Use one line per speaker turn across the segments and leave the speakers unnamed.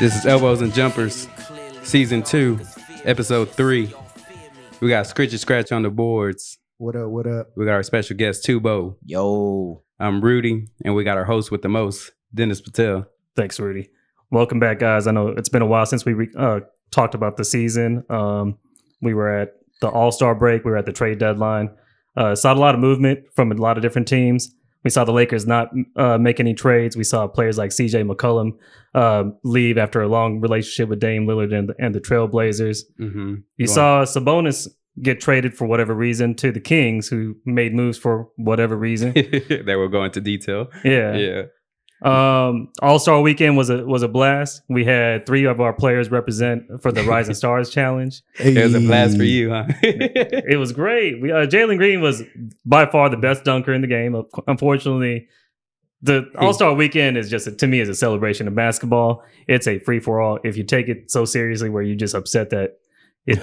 This is Elbows and Jumpers, Season 2, Episode 3. We got Scritch and Scratch on the boards.
What up? What up?
We got our special guest, Tubo.
Yo,
I'm Rudy, and we got our host with the most, Dennis Patel.
Thanks, Rudy. Welcome back, guys. I know it's been a while since we re- uh, talked about the season. Um, we were at the All Star break. We were at the trade deadline. Uh, saw a lot of movement from a lot of different teams. We saw the Lakers not uh, make any trades. We saw players like C.J. McCollum uh, leave after a long relationship with Dame Lillard and the, and the Trailblazers.
Mm-hmm.
You saw Sabonis get traded for whatever reason to the Kings, who made moves for whatever reason.
they will go into detail. Yeah.
Um, All Star Weekend was a was a blast. We had three of our players represent for the Rising Stars Challenge.
It was a blast for you, huh?
It was great. We uh, Jalen Green was by far the best dunker in the game. Of- Unfortunately, the All Star Weekend is just a, to me is a celebration of basketball. It's a free for all. If you take it so seriously, where you just upset that it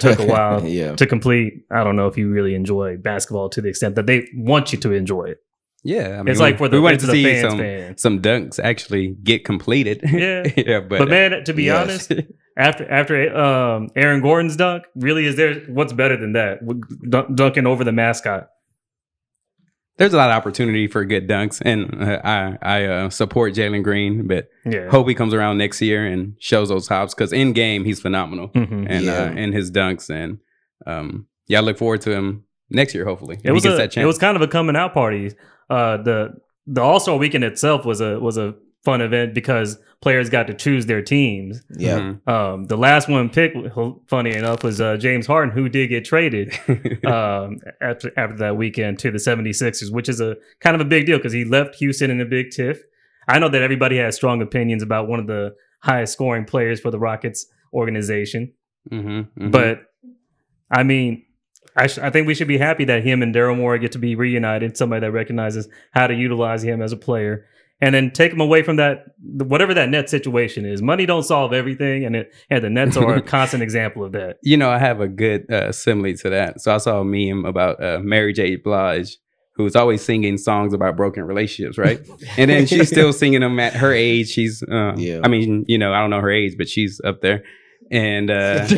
took a while
yeah,
to complete, I don't know if you really enjoy basketball to the extent that they want you to enjoy it.
yeah. I mean,
it's like for the,
we wanted
it's
to
the
see
fans,
some,
fans.
some dunks actually get completed.
Yeah.
yeah, but,
But man, to be
yes.
honest, after after um, Aaron Gordon's dunk, really is there what's better than that? Dun- dunking over the mascot.
there's a lot of opportunity for good dunks, and uh, I I uh, support Jalen Green, but
Yeah.
hope he comes around next year and shows those hops because in game he's phenomenal
Mhm.
and
Yeah.
uh, in his dunks and um, yeah, I look forward to him next year hopefully.
It
if
was
he gets
a,
that chance.
it was kind of a coming out party. Uh, the the All Star Weekend itself was a was a fun event because players got to choose their teams.
yeah.
Mhm.
Um, the last one picked, funny enough, was uh, James Harden, who did get traded
Mm-hmm.
um, after after that weekend to the 76ers, which is a kind of a big deal because he left Houston in a big tiff. I know that everybody has strong opinions about one of the highest scoring players for the Rockets organization,
Mhm, mhm.
but I mean, I, sh- I think we should be happy that him and Daryl Morey get to be reunited. Somebody that recognizes how to utilize him as a player, and then take him away from that whatever that net situation is. Money don't solve everything, and it and the Nets are a constant example of that.
you know, I have a good uh, simile to that. So I saw a meme about uh, Mary J. Blige, who's always singing songs about broken relationships, right? and then she's still singing them at her age. She's, um,
Yeah.
I mean, you know, I don't know her age, but she's up there. And uh,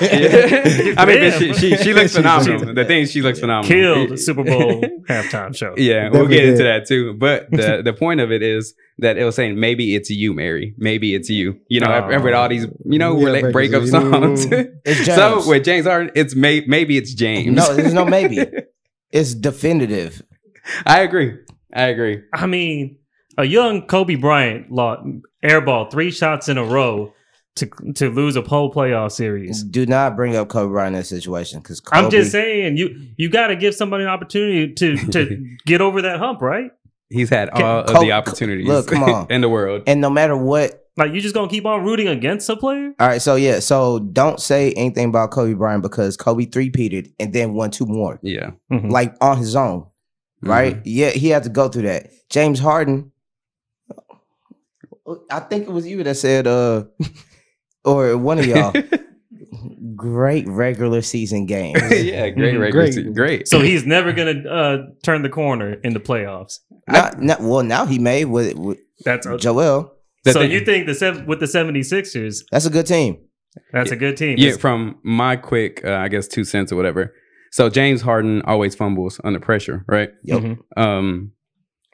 yeah. I mean, but she, she she looks
She's-
phenomenal. The thing is, she looks
Yeah.
phenomenal.
Killed Super Bowl halftime show.
Yeah, we'll
Definitely
get into
did.
that too. But the the point of it is that it was saying maybe it's you, Mary. Maybe it's you. You know, I've I've read all these, you know,
Yeah,
rela- breakup
breakup, you know.
songs.
It's
so
James.
with James Harden, it's may- maybe it's James.
no, there's no maybe. It's definitive.
I agree. I agree.
I mean, a young Kobe Bryant lo- airball three shots in a row to to lose a whole playoff series.
Do not bring up Kobe Bryant in that situation because
I'm just saying, you you got to give somebody an opportunity to to get over that hump, right?
He's had
Can-
all of
Col-
the opportunities
look, come on.
in the world.
And no matter what,
Like you just gonna keep on rooting against a player?
all right. So yeah, so don't say anything about Kobe Bryant because Kobe three peated and then won two more,
Mm-hmm.
Yeah.
like on his own, right? Yeah, he had to go through that. James Harden, I think it was you that said, uh, or one of
Mm-hmm.
y'all, great regular season games.
yeah, great
Mhm.
record.
Mm-hmm. Great.
Great. great.
So he's never gonna uh, turn the corner in the playoffs.
Not, not well. Now he made with, with
That's a,
Joel.
The
so
thing-
you think the sev- with the 76ers,
That's a good team.
that's a good team.
yeah, from my quick, uh, I guess, two cents or whatever. So James Harden always fumbles under pressure, right?
Yep.
Mhm.
Um,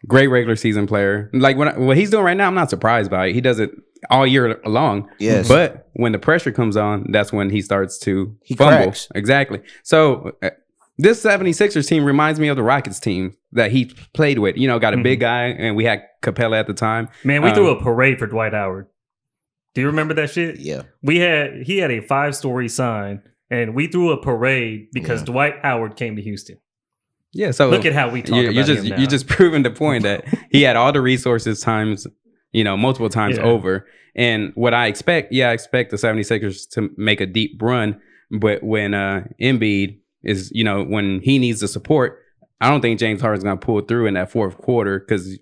great regular season player. Like when I, what he's doing right now, I'm not surprised by it. He does it all year long.
Yes.
But when the pressure comes on, that's when he starts to
He
fumble.
cracks.
Exactly. So uh, this 76ers team reminds me of the Rockets team that he played with. You know,
Mm-hmm.
got a big guy, and we had Capella at the time.
Man, we
Um,
threw a parade for Dwight Howard. Do you remember that shit?
yeah.
we had he had a five story sign and we threw a parade because
Yeah.
Dwight Howard came to Houston.
Yeah. So
Look at how we talk
Oh. you're,
about
you're just
him now.
you're just proving the point that he had all the resources times you know multiple times
Yeah.
over and what i expect yeah i expect the 76ers to make a deep run but when uh Embiid is you know when he needs the support i don't think james harden's going to pull through in that fourth quarter cuz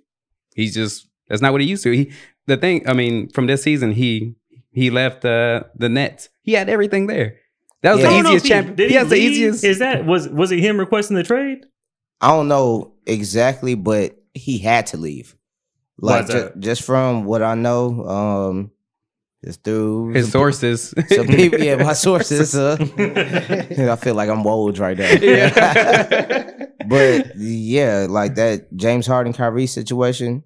he's just that's not what he used to he the thing i mean from this season he he left uh, the nets he had everything there that was
Yeah.
I
the
don't know if
easiest
he-
champion.
did he
Yes, the
leave?
easiest.
Is that was was it him requesting the trade?
I don't know exactly, but he had to leave.
Why
Like
is
ju-
that?
just from what I know, um, It's through
His
some
sources.
pe- Some people, yeah, my sources. Uh, I feel like I'm old right now.
yeah.
but yeah, like that James Harden Kyrie situation,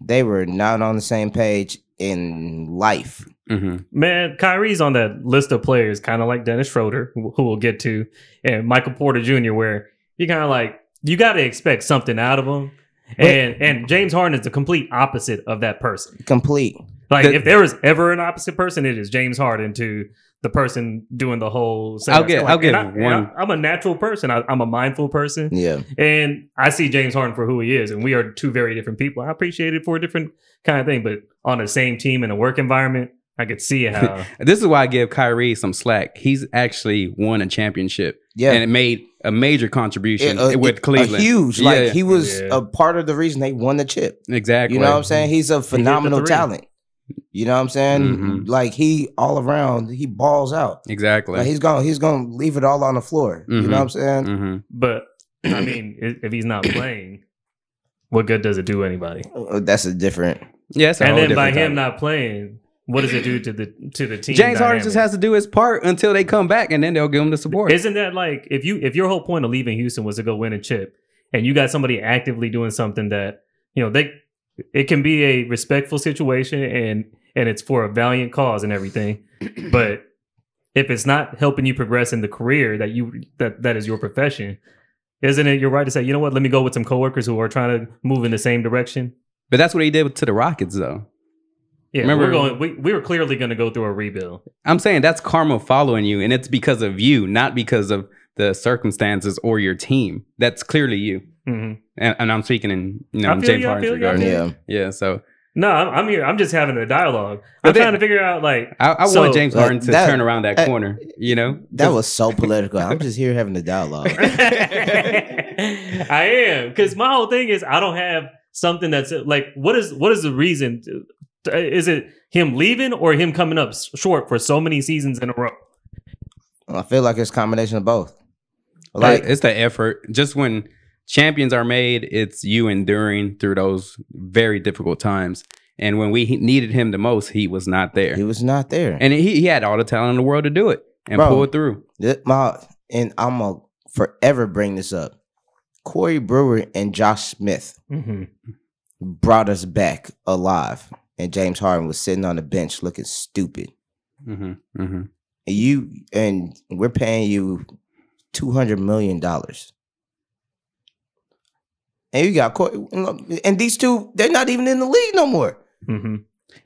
they were not on the same page in life.
hmm
Man, Kyrie's on that list of players, kind of like Dennis Schroeder, who, who we'll get to, and Michael Porter Jr., where you kind of like you got to expect something out of him. And and James Harden is the complete opposite of that person.
Complete.
Like
The-
if there is ever an opposite person, it is James Harden to the person doing the whole.
I'll get- I'll give
and I, and
one.
I, am a natural person. I, I'm a mindful person,
Yeah.
and I see James Harden for who he is, and we are two very different people. I appreciate it for a different kind of thing, but on the same team in a work environment, I could see how.
This is why I give Kyrie some slack. He's actually won a championship
Yeah.
and it made a major contribution
Yeah, uh,
with
a
Cleveland.
huge.
Yeah,
Like
yeah.
he was
Yeah.
a part of the reason they won the chip.
exactly.
You know what I'm saying? He's a phenomenal
three.
talent. You know what I'm saying?
Mhm.
Like he all around, he balls out.
Exactly.
Like he's gonna he's gonna leave it all on the floor. You know what I'm saying?
hmm
But I mean, i- if he's not playing, what good does it do anybody?
Mm-hmm.
Uh, That's a different.
Yeah, it's a
and
whole
then by
different
him
topic.
not playing, what does it do to the to the team?
James Harden
dynamic?
just has to do his part until they come back, and then they'll give him the support.
Isn't that like if you if your whole point of leaving Houston was to go win a chip, and you got somebody actively doing something that you know they it can be a respectful situation and and it's for a valiant cause and everything, but if it's not helping you progress in the career that you that that is your profession, isn't it your right to say you know what? Let me go with some coworkers who are trying to move in the same direction.
but that's what he did to the Rockets, though.
Yeah,
Remember-
we're going. We, we were clearly going to go through a rebuild.
I'm saying that's karma following you, and it's because of you, not because of the circumstances or your team. That's clearly you.
Mhm.
And, and I'm speaking in you
I
know
feel
James
you, I
Harden's
feel you, I
regard.
feel
Yeah.
Yeah.
so
No, I'm, I'm here. I'm just having a dialogue.
But
I'm
then-
trying to figure out like
I, I
So-
want James
Like,
Harden to
that-
turn around that
uh,
corner. You know,
That was so political. I'm just here having a dialogue.
I am because my whole thing is I don't have something that's like what is what is the reason? Is it him leaving or him coming up s- short for so many seasons in a row?
I feel like it's a combination of both.
like
Like
it's the effort. Just when champions are made, it's you enduring through those very difficult times. And when we he- needed him the most, he was not there.
he was not there.
and he, he had all the talent in the world to do it and
Bro.
pull it through.
Th- my and I'm gonna forever bring this up. Corey Brewer and Josh Smith brought us back alive, and James Harden was sitting on the bench looking stupid.
hmm hmm
And you and we're paying you two hundred million dollars, and you got Corey. And these two, they're not even in the league no more.
Mm-hmm.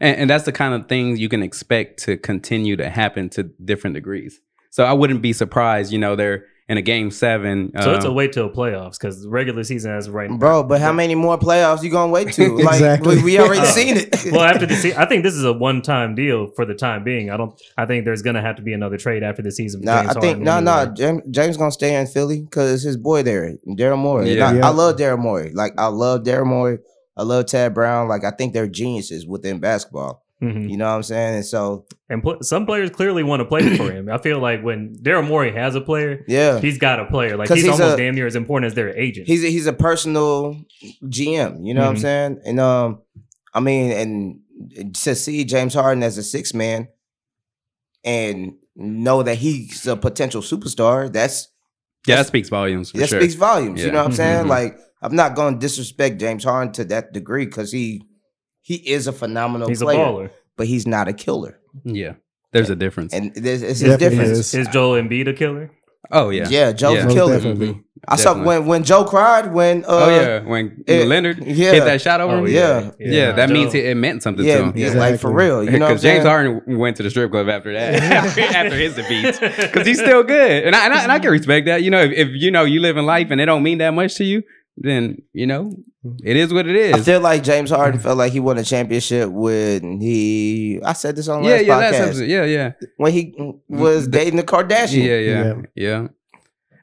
And, and that's the kind of things you can expect to continue to happen to different degrees. So I wouldn't be surprised, you know, they're in a game seven.
So it's a
um,
wait till playoffs because regular season as of right now.
Bro, but how many more playoffs you gonna wait to? Like
Exactly.
we, we already
Oh.
seen it.
well, after the season, I think this is a one time deal for the time being. I don't. I think there's going to have to be another trade after the season. for
No,
James
I think
Harden
no, no.
anyway.
James, James gonna stay in Philly because his boy there, Daryl Morey. And
Yeah.
I,
Yeah.
I love Daryl Morey. Like I love Daryl Morey. I love Tad Brown. Like I think they're geniuses within basketball.
Mhm.
You know what I'm saying? And so
And pl- some players clearly want to play for him. I feel like when Daryl Morey has a player,
yeah,
he's got a player. Like
'Cause
he's,
he's
almost
a-
damn near as important as their agent.
he's a, he's a personal GM. You know what I'm
Mhm.
saying? And um, I mean, and to see James Harden as a six man, and know that he's a potential superstar. That's
yeah, that speaks volumes for
that
sure.
speaks volumes. You
Yeah.
know what I'm saying?
Mhm.
Like, I'm not going to disrespect James Harden to that degree because he he is a phenomenal
he's
player,
a baller.
but he's not a killer,
yeah, there's a difference.
and there's, it's his
Definitely
difference.
is.
Is Joel Embiid a killer?
oh
Yeah,
yeah,
Joe's
Yeah.
a
Most
killer.
definitely.
Mhm.
I saw
Definitely.
when when Joe cried when uh,
oh yeah, when
it-
Leonard
yeah.
hit that shot over
Oh,
him.
yeah.
Yeah, that means it, it meant something to
yeah,
him.
yeah,
Yeah.
like
Exactly.
for real. You know, what I'm
Because James
saying?
Harden went to the strip club after that, after his defeat, because he's still good, and I, and I and I can respect that. You know, if, if you know you live in life and it don't mean that much to you, then you know it is what it
I
is.
feel like James Harden felt like he won a championship when he. I said this on
Yeah,
last
yeah,
podcast
that's absolutely- yeah, yeah,
when he was dating the Kardashian.
yeah, yeah,
Yeah.
yeah.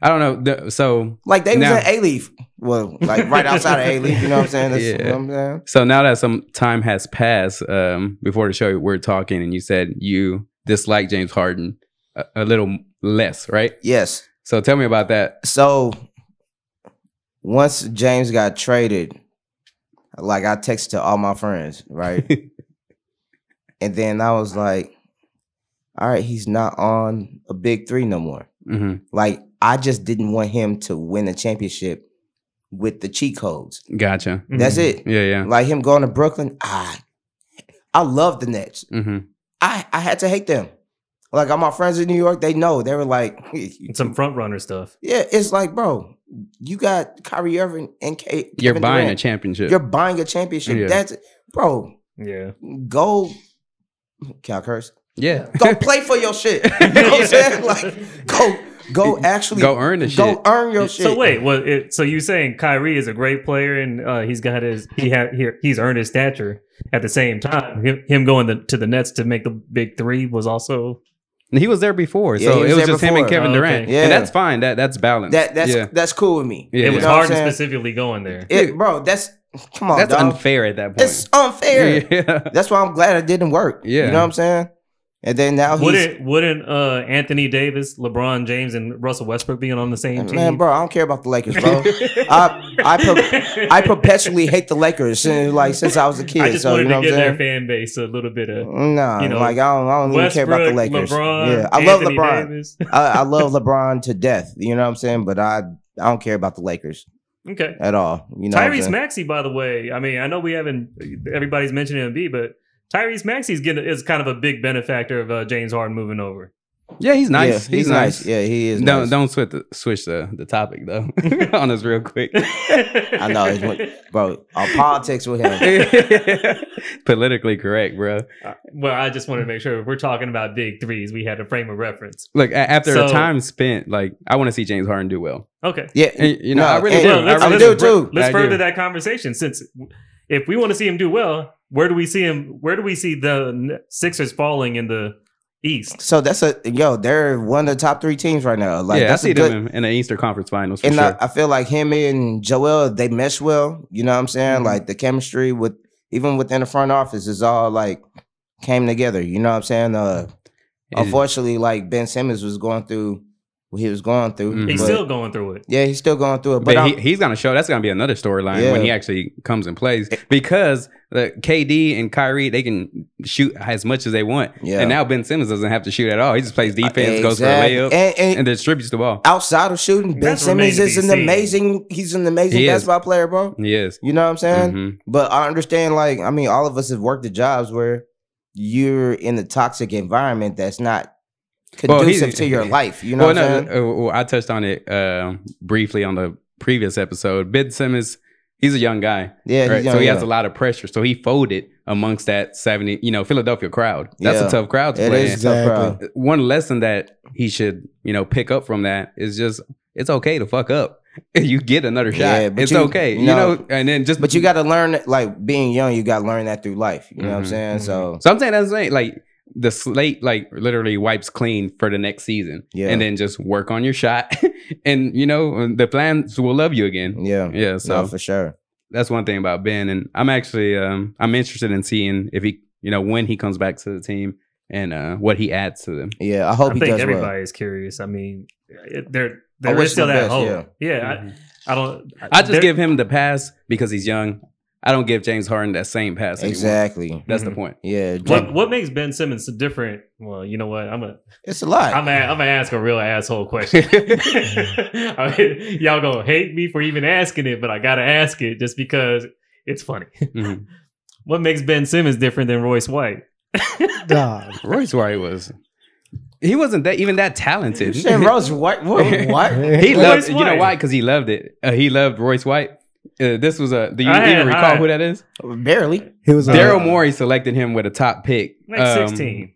I don't know. The, so
Like they was
Now-
in A Leaf, well, like right outside of A Leaf. You know what I'm saying? That's
Yeah.
what I'm saying.
So now that some time has passed, um, before the show, we're talking, and you said you dislike James Harden a, a little less, right?
Yes.
So tell me about that.
So once James got traded, like I texted to all my friends, right? And then I was like, all right, he's not on a big three no more.
Mm-hmm.
Like I just didn't want him to win a championship with the cheat codes.
Gotcha.
That's it.
Yeah, yeah.
Like him going to Brooklyn, I I love the Nets.
Mm-hmm.
I I had to hate them. Like all my friends in New York, they know. They were like,
And Mm-hmm. some front runner stuff.
yeah, it's like, bro, you got Kyrie Irving and K.
You're
Kevin
buying a
Durant.
championship.
You're buying a championship.
Yeah.
That's bro.
Yeah.
Go. Can I curse?
yeah.
Go play for your shit. You know what I'm saying? Like, go, go. Actually,
Go earn the
go
shit.
earn your shit.
So wait, well, it, so you saying Kyrie is a great player and uh, he's got his he had he, he's earned his stature. At the same time, him, him going to, to the Nets to make the big three was also
And He was there before,
Yeah,
so
he was
it was
there
just him and
before.
Kevin
Oh,
Durant.
okay.
and
Yeah.
that's fine. That that's balanced.
That that's
yeah.
that's cool with me.
Yeah.
it was
You know what
hard
I'm
to
saying?
specifically go in there.
It, bro, that's come on,
that's
dog.
unfair at that point.
It's unfair.
Yeah.
That's why I'm glad it didn't work.
Yeah.
you know what I'm saying. And then now Oh, he's
Wouldn't wouldn't uh, Anthony Davis, LeBron James, and Russell Westbrook being on the same team?
man, bro. I don't care about the Lakers, bro. I I, per- I perpetually hate the Lakers since like since I was a kid.
I just
so
wanted
you know what
to
I'm
give
saying.
their fan base a little bit of
Nah,
you know,
like I don't, I don't even care
Westbrook,
about the Lakers.
LeBron.
yeah, I love
Anthony
LeBron.
Davis.
I, I love LeBron to death. You know what I'm saying? But I I don't care about the Lakers
Okay.
at all. You know, what I'm
Tyrese
saying?
Maxey, by the way, I mean, I know we haven't. Everybody's mentioning Embiid, but Tyrese Maxey's getting is kind of a big benefactor of uh, James Harden moving over.
yeah, he's nice.
Yeah,
he's, nice.
Yeah, he is.
Don't
nice.
don't switch the switch the, the topic though on us real quick.
I
know, it's what- bro. Our politics with him.
Politically correct, bro.
well, I just wanted to make sure if we're talking about big threes, we had a frame of reference.
Look, a- after
So-
the time spent, like I want to see James Harden do well.
Okay.
Yeah,
And, you know, I really
and-
do.
Well, let's-
I really
do
let's-
too.
Let's
I do.
further that conversation since if we want to see him do well, where do we see him? Where do we see the Sixers falling in the East?
So that's a yo. They're one of the top three teams right now. Like
yeah, I
that's
see
a good.
them in, in the Eastern Conference Finals for
And
sure.
I, I feel like him and Joel they mesh well. You know what I'm saying?
Mm-hmm.
Mhm.
Like the chemistry with even within the front office is all like came together. You know what I'm saying? Uh,
And-
unfortunately, like Ben Simmons was going through what he was going through.
Mhm.
He's
but-
still going through it.
yeah, he's still going through it. But,
but
I'm-
he, he's gonna show. That's gonna be another storyline when
Yeah.
he actually comes and plays because the KD and Kyrie they can shoot as much as they want.
Yeah. Uh,
And now Ben Simmons doesn't have to shoot at all. He just plays defense, goes for a
Exactly.
layup, and,
and, and
distributes the ball.
outside of shooting, Ben
That's remains
Simmons
to
is
be
an
seen.
amazing. He's an amazing
He is.
basketball player, bro.
Yes.
You know what I'm saying?
Mhm.
But I understand, like, I mean, all of us have worked at jobs where you're in a toxic environment that's not
Well, he-
conducive to your life. You know
well,
what
no,
I'm saying?
uh, well, I touched on it uh, briefly on the previous episode. Ben Simmons, he's a young guy,
Yeah,
right?
he's young,
so he
yeah.
has a lot of pressure. So he folded amongst that seventy, you know, Philadelphia crowd. That's
Yeah.
a tough crowd to
It
play.
is
in.
a tough
Exactly.
crowd.
one lesson that he should, you know, pick up from that is just it's okay to fuck up. You get another shot.
Yeah, but
it's
you-
okay. You
no.
know, and then just
But you got to learn, that, like, being young, you got to learn that through life. You know what I'm
Mhm,
saying? So
So I'm saying that's saying like the slate like literally wipes clean for the next season.
Yeah.
And then just work on your shot. and you know, the plans will love you again.
yeah,
mm-hmm. Yeah. So
no, for sure.
that's one thing about Ben. And I'm actually um I'm interested in seeing if he you know when he comes back to the team and uh what he adds to them.
Yeah, I hope
I
he
think
does well.
everybody is curious. I mean, it, there there
wish
is still
the
that
best, Mm-hmm.
hope. Yeah, I, I don't.
I just
there-
give him the pass because he's young. I don't give James Harden that same pass anymore.
Exactly.
That's
Mhm.
the point.
Yeah,
What what makes Ben Simmons so different? Well, you know what? I'm a
it's a lot.
I'm a, I'm gonna ask a real asshole question. I mean, y'all gonna hate me for even asking it, but I gotta ask it just because it's funny.
Mhm.
What makes Ben Simmons different than Royce White?
Dog.
Royce White was. He wasn't that even that talented.
Shit, Rose, what? What? what?
he loved
Royce
you know
White.
why? Because he loved it. Uh, he loved Royce White. Uh, this was a. Do you
I-
even recall
I-
who that is?
Barely.
He was uh, a-
Daryl Morey selected him with a top pick,
Like
um,
16.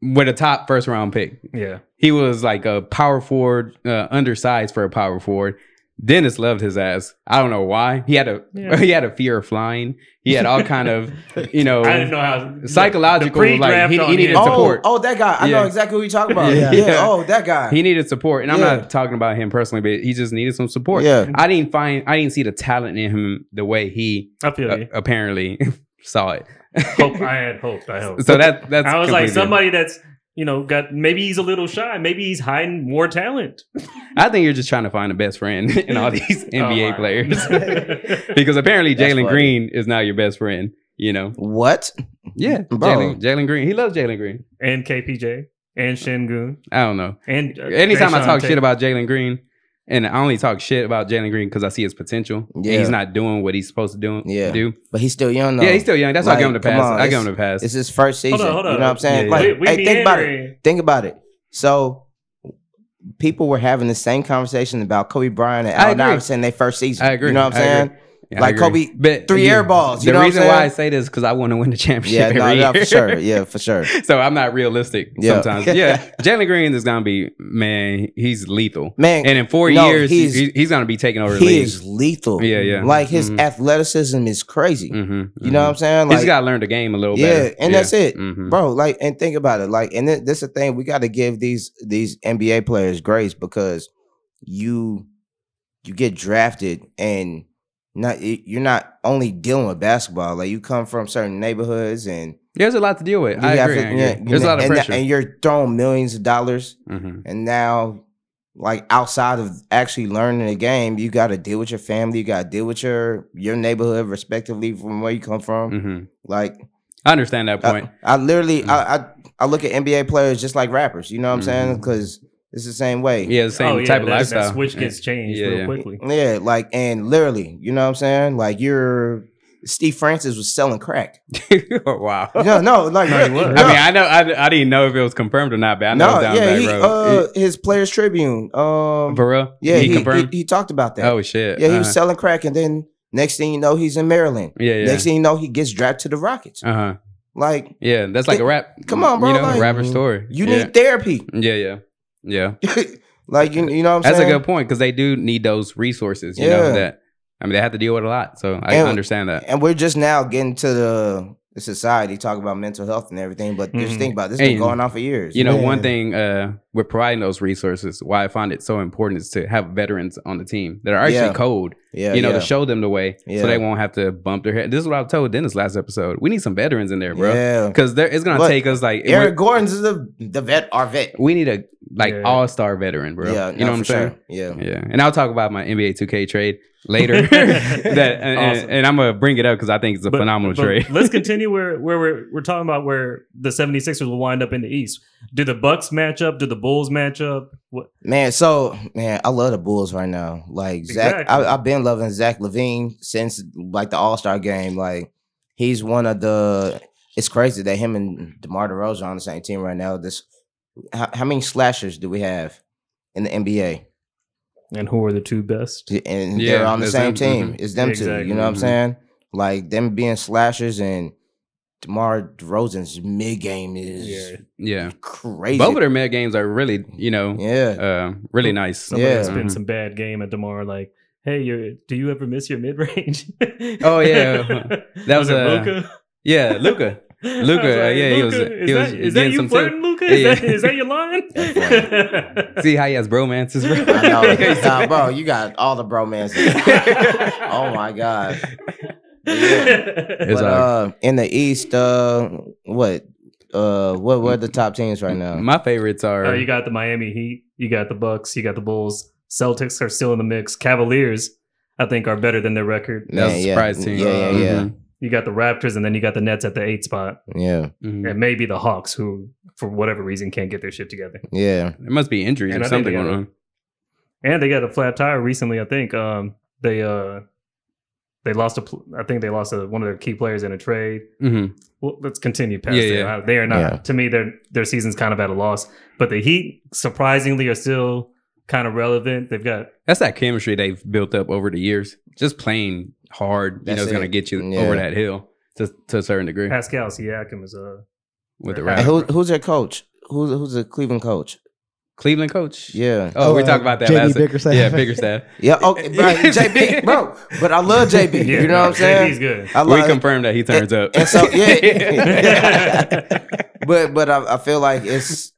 with a top first round pick.
Yeah.
He was like a power forward, uh, undersized for a power forward. Dennis loved his ass. I don't know why. He had a
Yeah.
he had a fear of flying. He had all kind of you know.
I didn't know how
Psychological,
the pre-draft
like, he-
on
he needed
him.
to-
Oh,
support.
oh, that guy. I know
Yeah.
exactly who you're talking about.
Yeah.
Yeah.
Yeah.
Oh, that guy.
He needed support, and I'm
Yeah.
not talking about him personally, but he just needed some support.
yeah.
I didn't find, I didn't see the talent in him the way he
I feel
uh,
you.
apparently saw it.
Hope I had hoped. I hope.
so that that's
I was
completely-
like somebody that's you know got maybe he's a little shy, maybe he's hiding more talent.
I think you're just trying to find a best friend in all these NBA
Oh,
players
my.
because apparently
That's
Jalen
funny.
Green is now your best friend. You know,
What?
Yeah,
Bro.
Jalen Jalen Green. He loves Jalen Green.
and KPJ and Shingun
I don't know.
and uh,
Anytime I
Tayshaun
talk
Tate.
shit about Jalen Green, and I only talk shit about Jalen Green because I see his potential. and
Yeah.
he's not doing what he's supposed to do.
Yeah.
do.
But he's still young though.
Yeah, he's still young. That's why I give him the
Like, come
pass.
on,
I give
it's-
him the pass.
it's his first season.
Hold on, hold on.
You know what I'm saying?
Yeah,
Like,
yeah.
we, we
hey, think about it.
meandering.
Think about it. So people were having the same conversation about Kobe Bryant and
I
Al
agree.
Davidson their first season.
I agree.
You know what I'm
I
saying?
agree. Yeah, I
like
agree.
Kobe,
but
three air balls, you
the
know what I'm
reason why I
saying?
say this is because I want to win the championship
Yeah,
every
no,
year.
no, for sure. Yeah, for sure.
so I'm not realistic
Yeah.
sometimes. Yeah, Jalen Green is gonna be man. He's lethal.
Man,
And in four
No,
years,
he's-
he's, he's gonna be taking over the
he
league.
is lethal.
Yeah, yeah.
Like his
Mhm.
athleticism is crazy.
Mhm,
You know
mhm.
what I'm saying?
he's
Like,
got to learn the game a little
yeah,
better.
and that's it.
Mhm.
bro. Like, and think about it. Like, and th- this is the thing we got to give these these NBA players grace because you you get drafted and not y- you're not only dealing with basketball. Like, you come from certain neighborhoods and
There's a lot to deal with.
you
I
have
agree.
to-
I agree.
yeah, you
There's a
know,
lot of
and that-
pressure.
and you're throwing millions of dollars.
Mhm.
And now, like outside of actually learning the game, you got to deal with your family. You got to deal with your your neighborhood, respectively, from where you come from.
Mhm.
Like.
I understand that point.
I, I literally,
Mhm.
I, I, I look at NBA players just like rappers. You know what I'm saying?
Mhm.
Because it's the same way.
yeah, the same
Oh, yeah,
type of
that-
lifestyle.
That switch
Yeah.
gets changed
Yeah,
real
yeah.
quickly.
Yeah, like and literally, you know what I'm saying? Like you're Steve Francis was selling crack.
Oh, wow.
No, no, like
No, he
really,
was.
no.
I mean, I know I, I didn't know if it was confirmed or not, but I know
no,
it's down
yeah,
back
he,
road.
uh, his Players Tribune. Um,
For real?
yeah,
he,
he, he,
confirmed.
he talked about that.
oh shit.
yeah, he was
Uh-huh.
selling crack, and then next thing you know, he's in Maryland.
yeah, yeah.
Next thing you know, he gets drafted to the Rockets.
uh huh.
Like
Yeah, that's like a rap.
Come on, bro,
You know,
like,
rapper story.
you
yeah.
need therapy.
Yeah, yeah, yeah.
like you, you know what I'm
That's a
saying?
good point because they do need those resources. You know
Yeah.
that. I mean, they have to deal with a lot, so I
And-
understand that.
Uh, and we're just now getting to the, the society talk about mental health and everything but just
Mhm.
think about it, this has been
And,
going on for years
Mm-hmm. You know, one
Yeah.
thing uh, with providing those resources, why I find it so important is to have veterans on the team that are actually
Yeah.
cold.
yeah
you know,
yeah.
to show them the way,
Yeah.
so they won't have to bump their head. This is what I told Dennis last episode. We need some veterans in there, bro,
yeah
because it's gonna
Look,
take us like
eric gordon's is the, the vet our vet
we need a like
Yeah.
all star veteran, bro.
yeah
you
no,
know what I'm
for
saying?
sure. yeah
Yeah, and I'll talk about my NBA 2K trade later. that and,
Awesome.
and, and I'm gonna bring it up because I think it's a
But-
phenomenal
but
trade.
let's continue where where we're, we're talking about where the 76ers will wind up in the East. Do the Bucks match up? Do the Bulls match up? What?
man so man i love the bulls right now like zach
Exactly.
I, i've been loving zach levine since like the all-star game like he's one of the it's crazy that him and DeMar DeRozan are on the same team right now. This, how, how many slashers do we have in the NBA?
And who are the two best?
and
Yeah,
they're on the
it's them,
same team.
mhm.
It's them two.
Exactly,
You know what I'm
mhm.
saying? Like them being slashers and DeMar DeRozan's mid game is
Yeah.
Yeah,
crazy.
both of their mid games are really, you know,
yeah.
uh, really nice.
Somebody
Yeah.
has been
Mhm.
some bad game at Demar. Like, hey, you do you ever miss your mid range?
Oh, yeah. That was,
it
uh,
Luka?
Yeah, Luca.
I
Luka,
was like,
yeah, he was-
"Luka,
he
is
was
that, is that
getting
you
some
flirting, Luca? Is,
Yeah.
that, is that your line?
See how he has bromances, bro.
I know. Nah, bro, you got all the bromances. Oh my god.
It's
But,
all-
uh, in the East, uh, what, uh, what were the top teams right now?
My favorites are
Uh, you got the Miami Heat, you got the Bucks, you got the Bulls. Celtics are still in the mix. Cavaliers, I think, are better than their record.
that was
Man,
a
yeah.
surprise team.
Yeah, yeah, yeah.
Mhm.
You got the Raptors, and then you got the Nets at the eight spot,
yeah,
Mhm.
and maybe the Hawks, who for whatever reason can't get their shit together.
yeah.
There must be injuries
And
or
I think
something
they
going on.
got And they got a flat tire recently. I think um, they uh, they lost a. Pl- I think they lost a, one of their key players in a trade.
Mhm.
Well, let's continue past
Yeah,
there.
yeah.
Uh, They are not
Yeah.
to me. Their their season's kind of at a loss, but the Heat surprisingly are still kind of relevant. They've got
That's that chemistry they've built up over the years. Just playing hard, you
That's
know, is gonna
it.
get you
Yeah.
over that hill to to a certain degree
Pascal Siakam is uh, a
with the
And
Yeah.
rap.
who, who's their coach? Who's who's the Cleveland coach?
Cleveland coach.
Yeah,
Oh, we
uh,
talked about that
JB
last.
Bickerstaff.
Yeah, Bickerstaff.
yeah. Okay, bro, JB, bro. But I love JB. you know what I'm
He's
saying?
good.
I
we
love.
confirmed that he turns up.
and so- yeah.
yeah,
but but I, I feel like it's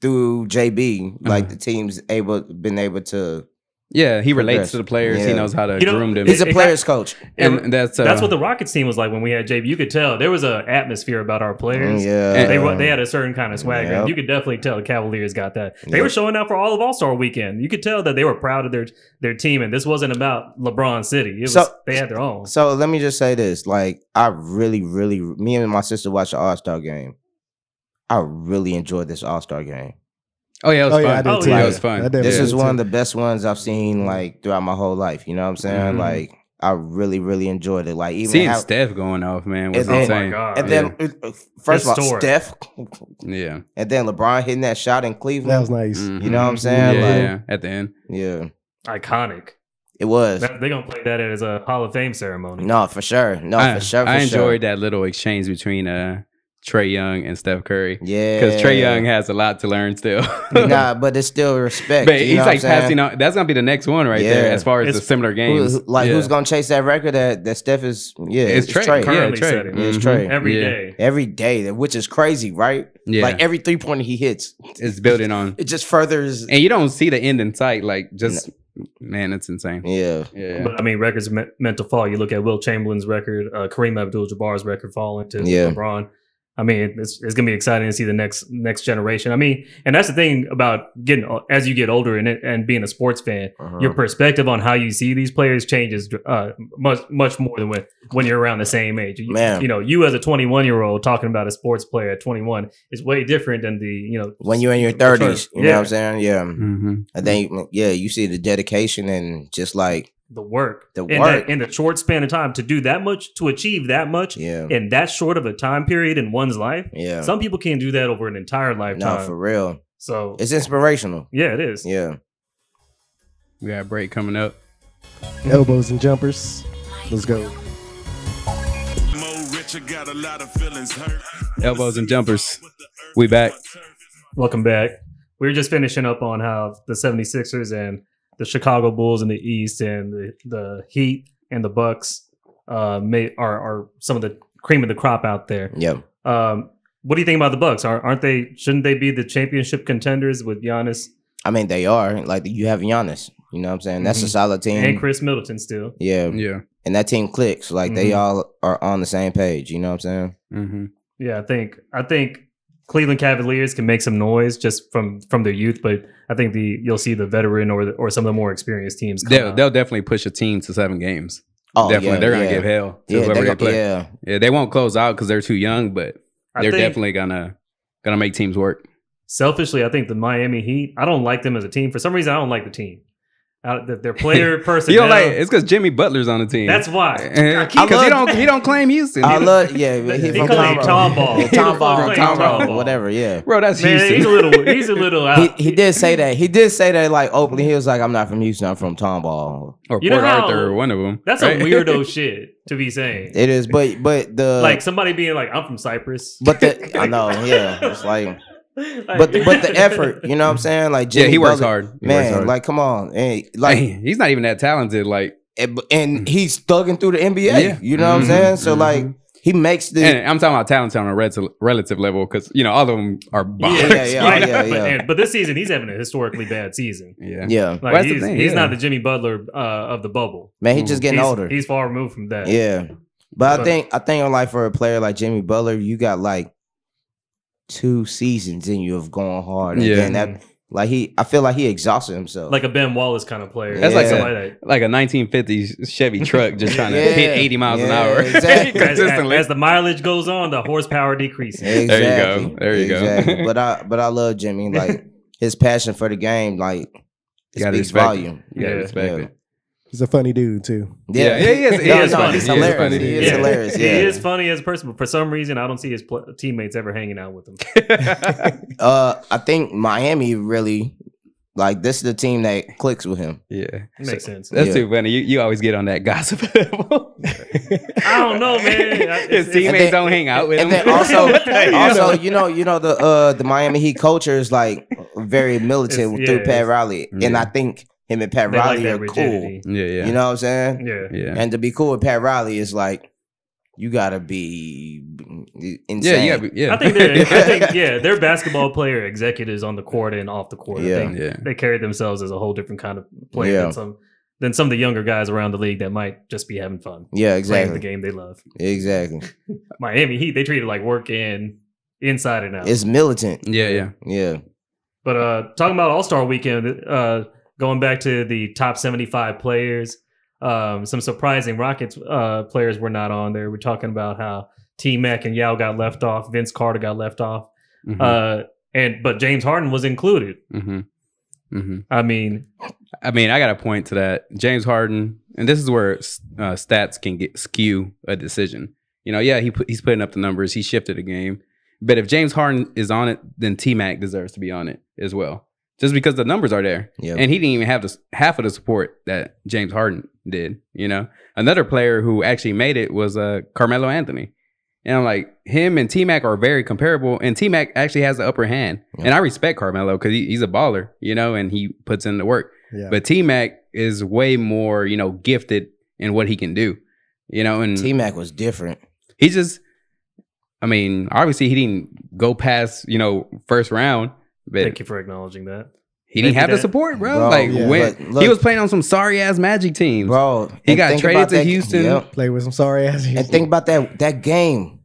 through JB, like
Uh-huh.
the team's able been able to
Yeah, he relates
Progress.
to the players. He
Yeah.
knows how to
You know,
groom them.
He's a
It- it-
players coach.
and that's uh,
That's what the Rockets team was like when we had JB. You could tell there was a atmosphere about our players.
Mm, Yeah,
And
They, were, they had a certain kind of swagger.
Yep.
You could definitely tell the Cavaliers got that. They
Yep.
were showing out for all of All Star Weekend. You could tell that they were proud of their their team, and this wasn't about LeBron City. It was
So-
they had their own.
So let me just say this: like, I really, really, me and my sister watched the All Star game. I really enjoyed this All Star game.
oh yeah, it was
oh,
fun.
yeah, I did
Oh,
too.
yeah, it
was fun.
I did
This
too.
is one of the best ones I've seen like throughout my whole life. You know what I'm saying?
Mhm.
Like, I really, really enjoyed it. Like, even
Seeing
how,
Steph going off, man, was
And then-
Oh
insane.
my god!
and then uh, first of all,
Historic.
Steph,
Yeah,
and then LeBron hitting that shot in
That was
Cleveland.
nice.
Mm.
You know what I'm
Yeah,
saying?
yeah,
like,
yeah, at the end.
yeah,
iconic.
it was.
That- They're gonna play that as a Hall of Fame ceremony.
No, for sure. No,
I,
for sure. For
I
sure.
enjoyed that little exchange between uh, Trey Young and Steph Curry
Yeah,
because Trey Young has a lot to learn still.
nah, but it's still respect.
but
you
he's
know what
like
I'm saying?
passing on. That's gonna be the next one right there
Yeah.
as far as the
It's-
similar
Who-
games.
who- like
Yeah.
who's gonna chase that record that that Steph is? Yeah,
It's Trey. Yeah,
Currently
Trey.
setting.
It's
Mhm.
Trey.
Every
Yeah.
day.
every day, that- which is crazy, right?
Yeah,
Like every three pointer he hits,
it's building on,
it just furthers.
and you don't see the end in sight. Like just man, it's insane.
Yeah,
Yeah,
But I mean, records me- meant to fall. You look at Will Chamberlain's record, uh, Kareem Abdul-Jabbar's record falling to
Yeah.
LeBron. I mean, it's, it's gonna be exciting to see the next next generation. I mean, and that's the thing about getting o- as you get older and it- and being a sports fan,
Uh-huh.
your
Uh-huh.
perspective on how you see these players changes uh, much much more than when when you're around the same age. You,
Man.
you know, you as a 21 year old talking about a sports player at 21 is way different than the you know
when you're in your
the first-
thirties, you know what I'm saying? Yeah,
hmm
I think yeah, you see the dedication and just like
the work,
The
in
work.
that, in the short span of time to do that much, to achieve that much
yeah,
in that short of a time period in one's life.
yeah.
Some people can't do that over an entire
no,
lifetime.
for real,
so
it's inspirational.
yeah, it is.
Yeah,
We got a break coming up.
Elbows and jumpers. Let's go.
Mo Richer got a lot of feelings hurt.
Elbows and jumpers. We back.
Welcome back. We were just finishing up on how the 76ers and the Chicago Bulls in the East and the, the Heat and the Bucks uh, may, are, are some of the cream of the crop out there.
yeah.
Um, what do you think about the Bucks? Are, aren't they? Shouldn't they be the championship contenders with Giannis
I mean, they are like you have Giannis. You know what I'm saying? That's a
Mhm.
solid
and
team.
Chris Mm-hmm. Middleton still?
Yeah,
Yeah.
and that team clicks. Like they
Mhm.
all are on the same page. You know what I'm saying?
hmm
Yeah, I think I think Cleveland Cavaliers can make some noise just from from their youth, but I think the you'll see the veteran or the, or some of the more experienced teams. Come
They'll,
out.
they'll definitely push a team to seven games.
Oh,
definitely,
yeah,
they're gonna
yeah.
give hell to
Yeah,
whoever
they're
they
gonna-
play. Yeah.
yeah,
they won't close out because they're too young, but
I
they're
think-
definitely gonna gonna make teams work.
selfishly. I think the Miami Heat. I don't like them as a team for some reason. I don't like the team. Uh, the, their player person.
You don't like it's because Jimmy Butler's on the team.
That's why.
I
because he
love-
don't he don't claim Houston.
I
He-
love yeah. but
They
He from
call him
Tomball.
Tom Ball.
Yeah,
They
Tom Ball,
call him
Tom
Tom
Ball,
Ball.
whatever. Yeah.
bro. That's
Man, he's a
Houston.
little. He's a little
He,
out.
he did say that. He did say that like openly. He was like, "I'm not from Houston. I'm from Tomball."
or
You know
Port
how-
Arthur, or one of them.
That's a
right?
weirdo shit to be saying.
It is, but but the
like somebody being like, "I'm from Cyprus."
but the I know yeah. It's like but
Like-
but the effort. You know what I'm saying? Like
yeah,
Jimmy
he works
Butler-
hard. He
Man,
works hard.
like come on, and
Like,
like
he's not even that talented. Like,
and, and he's thugging through the NBA.
Mm. Yeah.
You know what I'm
Mhm,
saying? So
mhm.
like he makes the
and I'm talking about talented on a rel- relative level because you know all of them are bombs.
yeah, yeah,
Right?
yeah,
But,
yeah.
and- but this season, he's having a historically bad season.
yeah.
yeah.
Like
Well, that's the
he's,
thing,
he's
yeah.
not the Jimmy Butler uh, of the bubble.
Man,
Mm-hmm.
he's just getting
he's,
older.
He's far removed from that.
Yeah. But I
But-
think I think like for a player like Jimmy Butler, you got like two seasons in you of going hard. And
Yeah.
then that like he I feel like he exhausted himself.
Like a Ben Wallace kind of player.
That's like
somebody that-
Like a 1950s Chevy truck just trying to
Yeah.
hit 80 miles an
Yeah,
hour
exactly.
as, as,
consistently.
as the mileage goes on, the horsepower decreases.
There you go. There you go.
Exactly. but I but I love Jimmy. Like his passion for the game, like it
Gotta
speaks
respect it.
volume.
You gotta
Yeah.
respect
Yeah.
it.
He's a funny dude too.
Yeah, yeah, he is- he
No,
is
no,
funny.
He's
He is
hilarious.
funny.
He is
Yeah.
hilarious.
He
Yeah.
is funny as a person, but for some reason, I don't see his pl- teammates ever hanging out with him.
Uh I think Miami really like this is the team that clicks with him.
yeah.
Makes sense.
That's
Yeah.
too funny. You, you always get on that gossip level.
I don't know, man. I-
His
it's-
teammates
and then-
don't hang out with
and
him.
then also,
What the hell?
also, you know, you know the uh the Miami Heat culture is like very militant
It's-
through
yeah,
Pat Riley, and
Yeah.
I think him and Pat
They like
Riley
that
are
rigidity.
yeah, yeah,
cool. You know what I'm saying?
Yeah.
yeah.
And to be cool with Pat Riley is like you gotta be insane.
Yeah, yeah, but- yeah.
I think, they're, I think, yeah, they're basketball player executives on the court and off the court.
Yeah.
I think
yeah.
they carry themselves as a whole different kind of player
Yeah.
than some than some of the younger guys around the league that might just be having fun
yeah,
playing the
exactly,
game they love.
exactly.
Miami Heat, they treat it like work and inside and out.
It's
Mm.
militant.
Yeah, yeah.
Yeah,
But uh, talking about All Star Weekend, uh, going back to the top seventy-five players, um, some surprising Rockets uh, players were not on there. We're talking about how T Mac and Yao got left off, Vince Carter got left off,
Mm-hmm.
Mhm,
uh, and but James Harden was included.
mhm, mhm.
I mean,
I mean, I got to point to that. James Harden, and this is where uh, stats can get skew a decision. You know, yeah, he put, he's putting up the numbers. He shifted a game, but if James Harden is on it, then T Mac deserves to be on it as well, just because the numbers are there.
yeah.
And he didn't even have the, half of the support that James Harden did. You know, another player who actually made it was uh, Carmelo Anthony. And I'm like, him and T Mac are very comparable, and T Mac actually has the upper hand.
Yeah.
And I respect Carmelo because he, he's a baller, you know, and he puts in the work.
Yeah.
But T Mac is way more, you know, gifted in what he can do, you know, and
T Mac was different.
he just, I mean, obviously he didn't go past, you know, first round, but
thank you for acknowledging that.
he didn't
Thank you,
have the
Dad.
support, bro.
Bro,
like
yeah.
when
But look-
he was playing on some sorry ass Magic teams,
Bro,
He
and
got
think
traded
about
to
that-
Houston.
Yep.
Play with some sorry ass.
And think about that that game.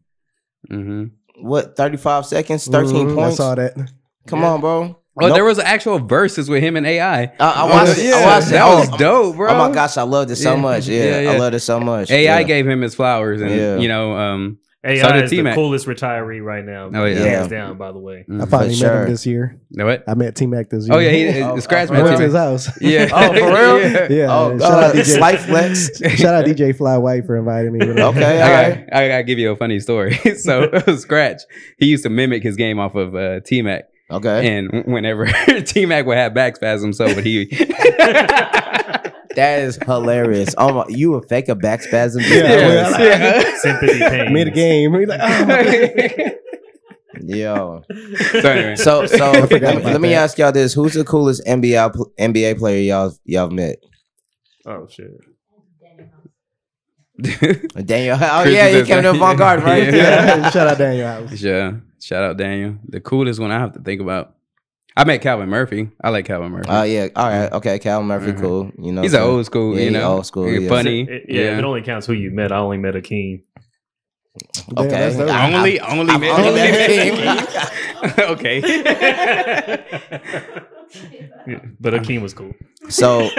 hmm
What, 35 seconds, 13 points?
Mm, I saw that.
Come on, bro.
Oh,
Nope.
there was actual verses with him and AI.
I, I
Oh,
watched it. I
yeah.
watched it.
that
Oh,
was dope, bro.
Oh my gosh, I loved it so
Yeah.
much. Yeah,
Yeah,
I
yeah.
loved it so much.
AI
yeah.
gave him his flowers, and
Yeah.
you know, um,
AI
did
is the
T-Mac.
coolest retiree right now.
Oh, yeah.
hands
Yeah.
down. By the way,
I
mm,
finally met
sure.
him this year.
know what?
I met T Mac this year.
Oh yeah, he,
Oh,
uh, scratch
oh,
I went to his
match.
house.
Yeah.
Oh, for real?
yeah.
Yeah.
Oh,
shout
God.
out DJ.
Slight flex.
Shout out DJ Fly White for inviting me.
Okay.
I
all
gotta,
right.
I gotta give you a funny story. so Scratch, he used to mimic his game off of uh, T Mac,
Okay.
and whenever T Mac would have back spasms, so would he.
That is hilarious. Oh my, you would fake a back spasm.
Yeah,
Yeah.
yeah.
sympathy pain.
Mid game. He's like, oh, my God.
Yo.
so anyway,
So so
I forgot
let,
about
me
that.
ask y'all this. Who's the coolest NBA pl- NBA player y'all y'all met?
oh shit.
Daniel. Oh
Chris
yeah,
is
you
in
came to
there.
Avant Garde, right?
Yeah.
Yeah, Shout out Daniel House.
yeah, shout out Daniel. The coolest one I have to think about. I met Calvin Murphy. I like Calvin Murphy.
Oh yeah. All right. Okay. Cal Murphy,
Mhm.
cool. You know,
he's an
so-
old school,
Yeah,
you
he
know,
old school,
he
yeah.
funny.
It-
yeah,
yeah, if it only counts who you met. I only met Akeem.
Damn, that's dope.
I-
only, only,
I've
met-
only
only
met
met- okay.
Yeah, but Akeem was cool.
So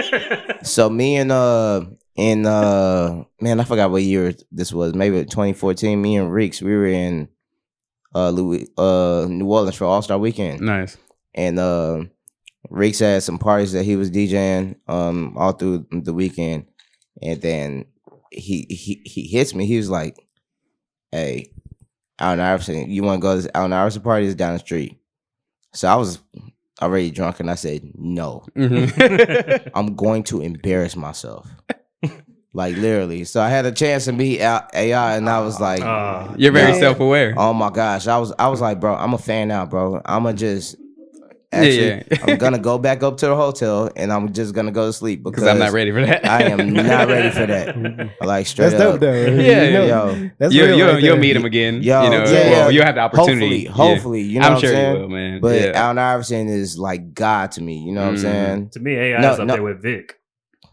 so me and uh in uh man, I forgot what year this was. Maybe 2014. Me and Reeks, we were in uh Louis uh New Orleans for All Star Weekend.
Nice.
and uh, Reeks had some parties that he was DJing um all through the weekend, and then he he he hits me. He was like, "Hey, Allen Iverson, you want to go to this Allen Iverson party? It's down the street." So I was already drunk, and I said, "No,
Mhm.
I'm going to embarrass myself." Like literally, so I had a chance to meet Al- AI, and I was like,
Uh,
Ah.
You're very
Yeah.
self-aware.
Oh my gosh, I was I was like, bro, I'm a fan now, bro. I'ma just
Yeah,
actually,
yeah.
I'm gonna go back up to the hotel and I'm just gonna go to sleep because
Because I'm not ready for that.
I am not ready for that. Like straight
That's dope
up,
though.
Yeah,
You know,
yo,
That's
you'll,
real
you'll,
right
you'll
there.
meet him again.
Yo,
you know,
yeah,
well,
yeah.
you'll have the
Hopefully,
opportunity. Yeah.
hopefully, you know
I'm
what
sure
I'm
you
saying.
will, man.
But
yeah.
Allen Iverson is like God to me. You know what I'm
Mhm.
saying?
to me, AI
No,
is up
no.
there with Vic,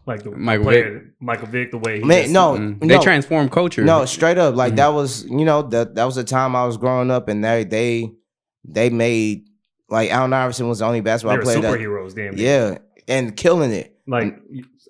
like the
Michael
player, Michael Vick, the way he
Man,
just-
no,
Mm.
no,
they transform culture.
No, straight up, like
Mhm.
that was you know that that was a time I was growing up, and they they they made like Allen Iverson was the only basketball
they were
player. that-
superheroes, damn. near.
Yeah, and killing it.
Like,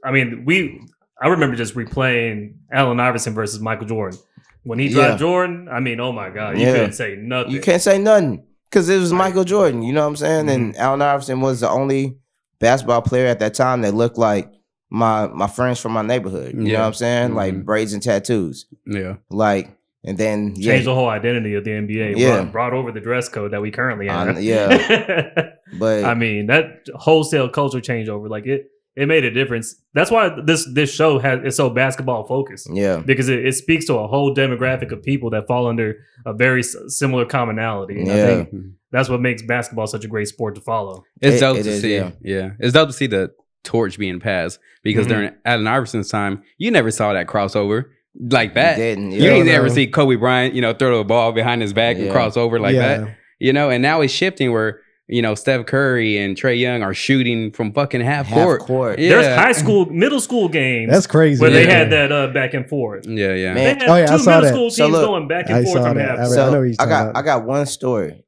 I mean, we. I remember just replaying Allen Iverson versus Michael Jordan. When he dropped
Yeah.
Jordan, I mean, oh my god, you
Yeah.
couldn't say nothing.
You can't say nothing because it was Michael Jordan. You know what I'm saying? And
Mm-hmm.
Allen Iverson was the only basketball player at that time that looked like my my friends from my neighborhood. You know
Yeah.
what I'm saying?
Mhm.
Like braids and tattoos.
Yeah.
Like and then yeah,
Change the whole identity of the NBA.
Yeah.
Brought, brought over the dress code that we currently have.
I- yeah. but
I mean, that wholesale culture changeover, like it, it made a difference. That's why this this show has is so basketball focused
yeah,
because it, it speaks to a whole demographic of people that fall under a very s- similar commonality. And I
Yeah.
think that's what makes basketball such a great sport to follow.
It's
It-
dope
it
to
is,
see.
yeah.
Yeah. It's dope to Mm-hmm. see the torch being passed because during Allen Iverson's time, you never saw that crossover. like that.
You didn't.
You
yeah.
ain't
Yeah.
ever see Kobe Bryant, you know, throw the ball behind his back and
Yeah.
cross over like
yeah.
that, you know. And now it's shifting where you know Steph Curry and Trey Young are shooting from fucking half,
half court.
court. Yeah.
There's high school, middle school games
That's crazy.
where they
yeah.
had that uh, back and forth.
Yeah, yeah.
Man,
They had
Man,
Oh, yeah, I
two
saw
middle
that.
school teams
So look,
going back
I
and forth
saw
from
that.
half.
I
so I,
know what you're talking
got
about.
I got one story.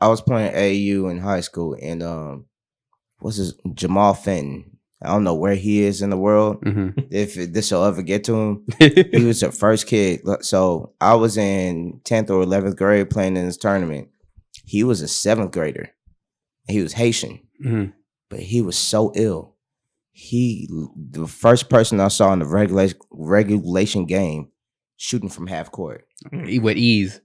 I was playing AU in high school, and um, what's his Jamal Fenton? I don't know where he is in the world.
hmm
If this will ever get to him,
Mm-hmm.
he was the first kid. Look, So I was in tenth or eleventh grade playing in this tournament. He was a seventh grader. He was Haitian, but he was so ill. He the first person I saw in the regulation regulation game shooting from half court.
With ease.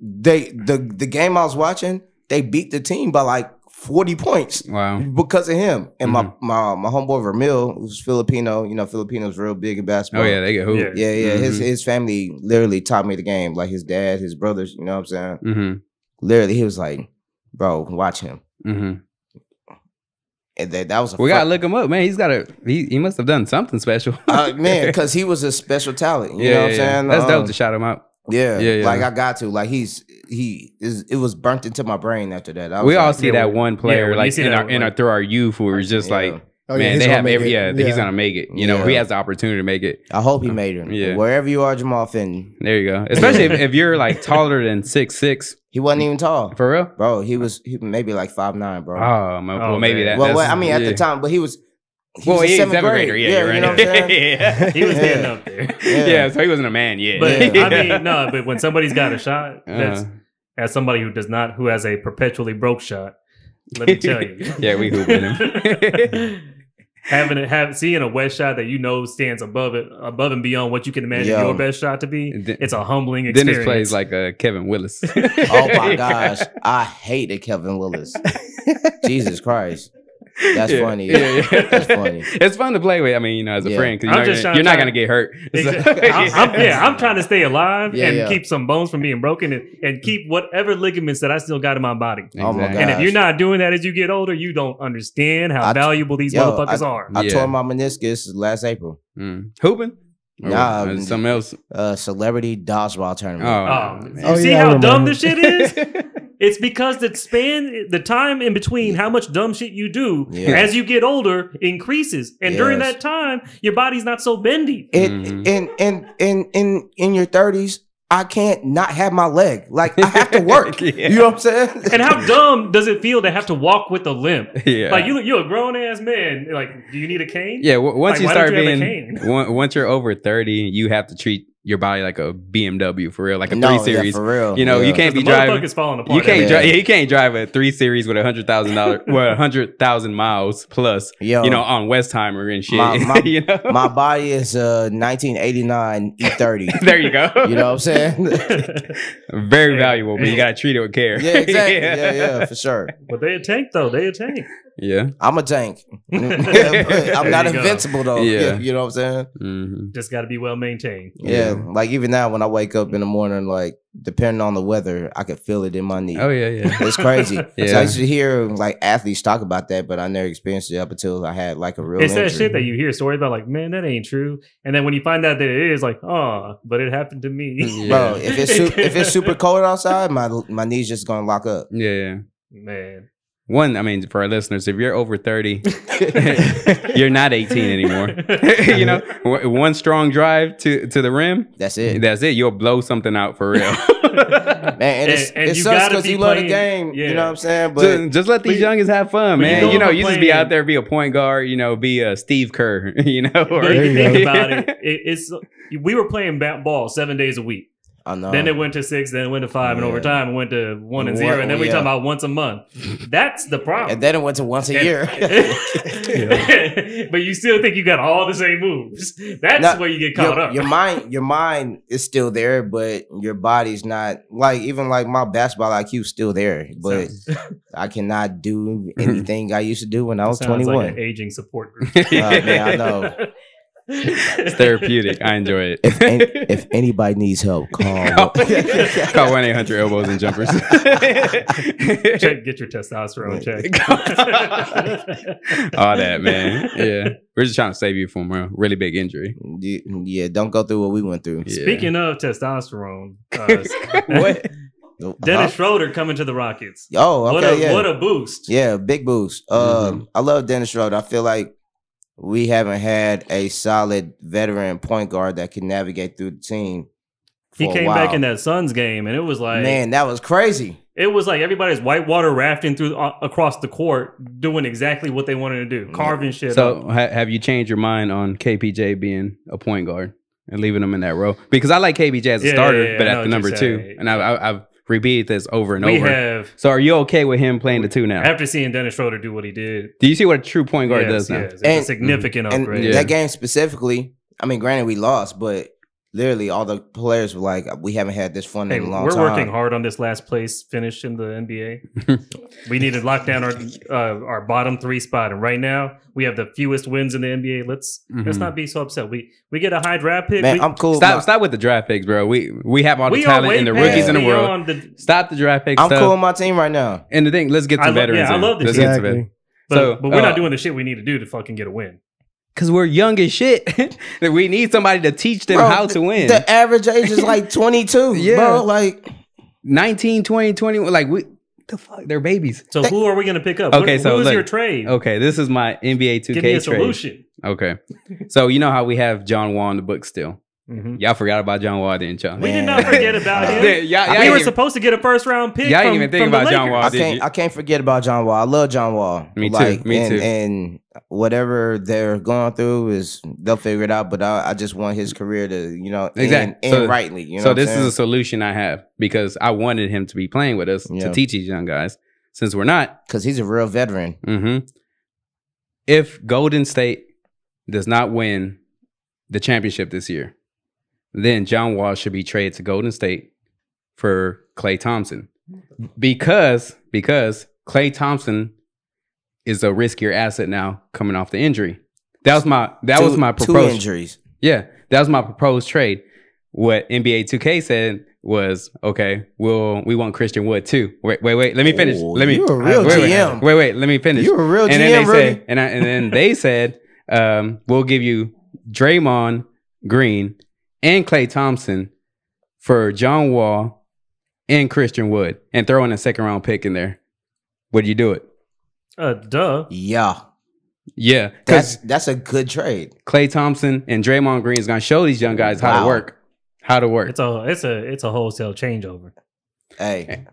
They the the game I was watching, they beat the team by like forty points
Wow.
because of him. And
Mm-hmm.
my my my homeboy Vermil, who's Filipino, you know, Filipinos real big in basketball.
Oh yeah, they get hooped.
Yeah.
Yeah, yeah. His
Mhm.
his family literally taught me the game. Like his dad, his brothers, you know what I'm saying?
Mm-hmm.
Literally, he was like, bro, watch him.
Mm-hmm.
And that, that was a
We gotta
fir-
look him up, man. He's got a he, he must have done something special.
Uh, man, because he was a special talent. You know what I'm saying?
That's
Um,
dope to shout him out.
Yeah,
Yeah, yeah.
Like I got to. Like he's he is it was burnt into my brain after that. I was
We all
like,
see
yeah,
that
when-
one
yeah,
player
when you
like
see
in
that
our, in
one.
our through our youth who was just like,
Yeah.
Oh, yeah,
man,
he's
they
gonna
have
make
every
it.
yeah, he's gonna make it. You know,
Yeah.
he has the opportunity to make it.
I hope he made it.
Yeah.
Wherever you are, Jamal Fenton,
There you go. Especially if, if you're like taller than six six
he wasn't even tall,
for real.
bro. He was he maybe like five nine, bro.
Oh, my, well,
Oh,
maybe
man.
that.
well,
that's-
well, I mean at
yeah.
the time, but he was. He
well,
was a
yeah,
seventh, grade.
grader. Yeah, you're
you know
right.
what I'm saying?
yeah.
He was
Yeah.
getting up there.
yeah,
Yeah.
So he wasn't a man yet.
But
Yeah.
I mean, no, but when somebody's got a shot, that's
Uh,
as somebody who does not who has a perpetually broke shot, let me tell you.
yeah, we hooping him.
Having it, have seeing a west shot that you know stands above it, above and beyond what you can imagine
Yo.
your best shot to be,
And then-
it's a humbling experience.
Dennis plays like uh, Kevin Willis.
Oh my gosh, I hated Kevin Willis. Jesus Christ, that's
Yeah.
funny.
Yeah, yeah.
That's funny.
It's fun to play with. I mean, you know, as a
Yeah.
friend, because
I'm
you're, not
just
gonna,
trying-
you're not
trying-
gonna get hurt.
Exactly. I'm, I'm- yeah, I'm trying to stay alive
Yeah,
and
yeah.
keep some bones from being broken and, and keep whatever ligaments that I still got in my body.
Oh my
Exactly.
And if
Gosh.
you're not doing that as you get older, you don't understand how
I-
valuable these
yo,
motherfuckers are.
I
Yeah.
tore my meniscus last April.
Mm. Hooping? Or
Nah,
was it
I'm-
something else.
Uh, celebrity dodgeball
Oh,
tournament.
oh,
man.
you
Oh,
see
yeah, I
how
remember.
dumb this shit is? It's because the span, the time in between how much dumb shit you do
Yeah.
as you get older increases, and during
Yes.
that time, your body's not so bendy.
It
Mhm.
in in in in in your thirties, I can't not have my leg. Like I have to work.
Yeah.
You know what I'm saying?
And how dumb does it feel to have to walk with a limp?
yeah.
Like you, you're a grown ass man. Like, do you need a cane?
yeah, w- once
Like,
you
why
start
don't you have a
being,
cane?
on- once you're over 30, you have to treat your body like a BMW for real, like a
No, yeah,
3 Series.
for real.
You know,
Yeah.
you can't
the
be driving.
motherfucker's falling apart.
You can't
Yeah.
drive. Yeah, you can't drive a three series with a hundred thousand dollar, well, a hundred thousand miles plus.
Yo,
You know, on Westheimer and shit.
My- my-
you know,
my body is uh, a 1989 E30.
there you go.
E you know what I'm saying?
Very valuable, but you gotta treat it with care.
yeah, exactly. Yeah. yeah, for sure.
But they a tank though. They a tank.
Yeah.
I'm a tank. But
There
I'm not
you go.
invincible though.
Yeah.
Yeah. You know what I'm saying?
Mhm.
Just got to be well maintained.
Yeah.
Yeah. Like even now when I wake up in the morning, like depending on the weather, I could feel it in my knee.
Oh yeah, yeah.
It's crazy.
Yeah.
So I used to hear like athletes talk about that, but I never experienced it up until I had like a real
It's that
injury.
shit that you hear stories about, like, man, that ain't true. And then when you find out that it is, like, oh, but it happened to me.
Yeah.
Bro, if it's su- if it's super cold outside, my my knees just gonna lock up.
Yeah, yeah.
man,
One, I mean, for our listeners, if you're over 30, you're not 18 anymore. you know, w- one strong drive to, to the rim,
That's it,
that's it. You'll blow something out for real.
man. And, it's,
And- and
it
you
sucks
gotta
because
be
you love the
playing-
game.
yeah.
You know what I'm saying? But
just, just let these
but-
youngins have fun,
but you
man.
don't
You know,
have to
you just
play
be
in-
out there, be a point guard, you know, be a Steve Kerr, you know.
But if
Or,
There
you
you
think
go.
about it, it, it's we were playing bat ball seven days a week.
I
Uh.
know.
then it went to six, then it went to five, and
Yeah.
over time it went to one and
One-
zero, and then we
yeah.
talk about once a month. That's the problem.
and then it went to once a year.
but you still think you got all the same moves. That's
Now,
where you get caught
your,
up.
your mind, your mind is still there, but your body's not. Like even like my basketball IQ is still there, but I cannot do anything I used to do when I was
Sounds
21.
Like an aging support group.
man, I know.
It's therapeutic. I enjoy it.
If, an- if anybody needs help,
Call
call.
one eight hundred elbows and jumpers.
check, get your testosterone checked.
All that man. Yeah, we're just trying to save you from a really big injury.
You- yeah, don't go through what we went through.
Yeah.
Speaking of testosterone, uh,
What?
Nope. Uh-huh.
Dennis Schroeder coming to the Rockets.
Oh, okay,
what a
yeah,
what a Mm-hmm. boost!
yeah, big boost. Um, I love Dennis Schroeder. I feel like we haven't had a solid veteran point guard that can navigate through the team.
he
for a
came back
while.
in that Suns game, and it was like
man, that was crazy.
it was like everybody's whitewater rafting through uh, across the court, doing exactly what they wanted to do, carving shit.
So,
up.
ha- have you changed your mind on KPJ being a point guard and leaving him in that role? Because I like KPJ as a
Yeah, yeah,
starter,
yeah,
but
I
at
know
the
what
number
you're
two,
saying.
and I, I, I've repeated this over and
we
over.
have
so, are you okay with him playing the two now?
after seeing Dennis Schroeder do what he did.
Do you see what a true point guard
yes,
does now?
yes, it's a
And-
significant
and
upgrade.
Yeah.
that game specifically, I mean, granted we lost, but literally all the players were like, "We haven't had this fun
Hey,
in a long
we're
time."
working hard on this last place finish in the NBA. we need to lock down our uh, our bottom three spot, and right now we have the fewest wins in the NBA. Let's let's
Mhm.
not be so upset. We we get a high draft pick.
Man,
we,
I'm cool. with
Stop,
my-
stop with the draft picks, bro. We we have all the
we are
talent
way
and the
past
rookies in the world.
beyond the- um,
Stop the draft pick
I'm
stuff.
cool with my team right now.
And the thing, let's get
I
some
love-
veterans.
yeah, I
in.
love this
Let's get some
Exactly.
veterans.
but,
So,
but we're
uh,
not doing the shit we need to do to fucking get a win.
Cause we're young as shit. That we need somebody to teach them
Bro,
how to win.
The average age is like 22,
Yeah.
bro. Like,
19, 20, 21. Like we the fuck, they're babies.
So
Th-
who are we going to pick up?
Okay,
What-
so
who is
look.
your trade?
Okay, this is my NBA 2K
Give me a
trade.
solution.
Okay. So you know how we have John Wall in the book still.
Mm-hmm.
Mhm.
Y'all forgot about John Wall, didn't y'all?
We did
Man.
not forget about
Yeah,
him.
y'all, y'all
we were
ain't-
supposed to get a first round pick.
Y'all
from,
didn't even think
from the
about John
Lakers.
Wall.
I
did
can't,
you-
I can't forget about John Wall. I love John Wall.
Me too,
Like,
me
and,
too.
And whatever they're going through is they'll figure it out. But I, I just want his career to, you know,
Exact-
end, end
so-
rightly. You know,
so this is a solution I have because I wanted him to be playing with us
Yeah.
to teach these young guys. Since we're not,
because he's a real veteran.
hmm If Golden State does not win the championship this year, then John Wall should be traded to Golden State for Clay Thompson. Because because Clay Thompson is a riskier asset now coming off the injury. That was my that
Two-
was my
two
proposal.
injuries.
Yeah, that was my proposed trade. What NBA 2K said was, okay, we'll we want Christian Wood too. Wait, wait, wait. Let me finish.
Ooh,
let me.
you're Oh, a real
wait, wait,
GM.
Wait, wait. Let me finish.
You're a real
and
GM,
then they
Rudy.
said, and I, and then they said, um, we'll give you Draymond Green and Clay Thompson for John Wall and Christian Wood, and throw in a second round pick in there. Would you do it?
Uh, duh.
Yeah,
Yeah,
that's
because
that's a good trade.
Clay Thompson and Draymond Green is gonna show these young guys how to
Wow.
work, how to work.
It's a it's a it's a wholesale changeover.
Hey,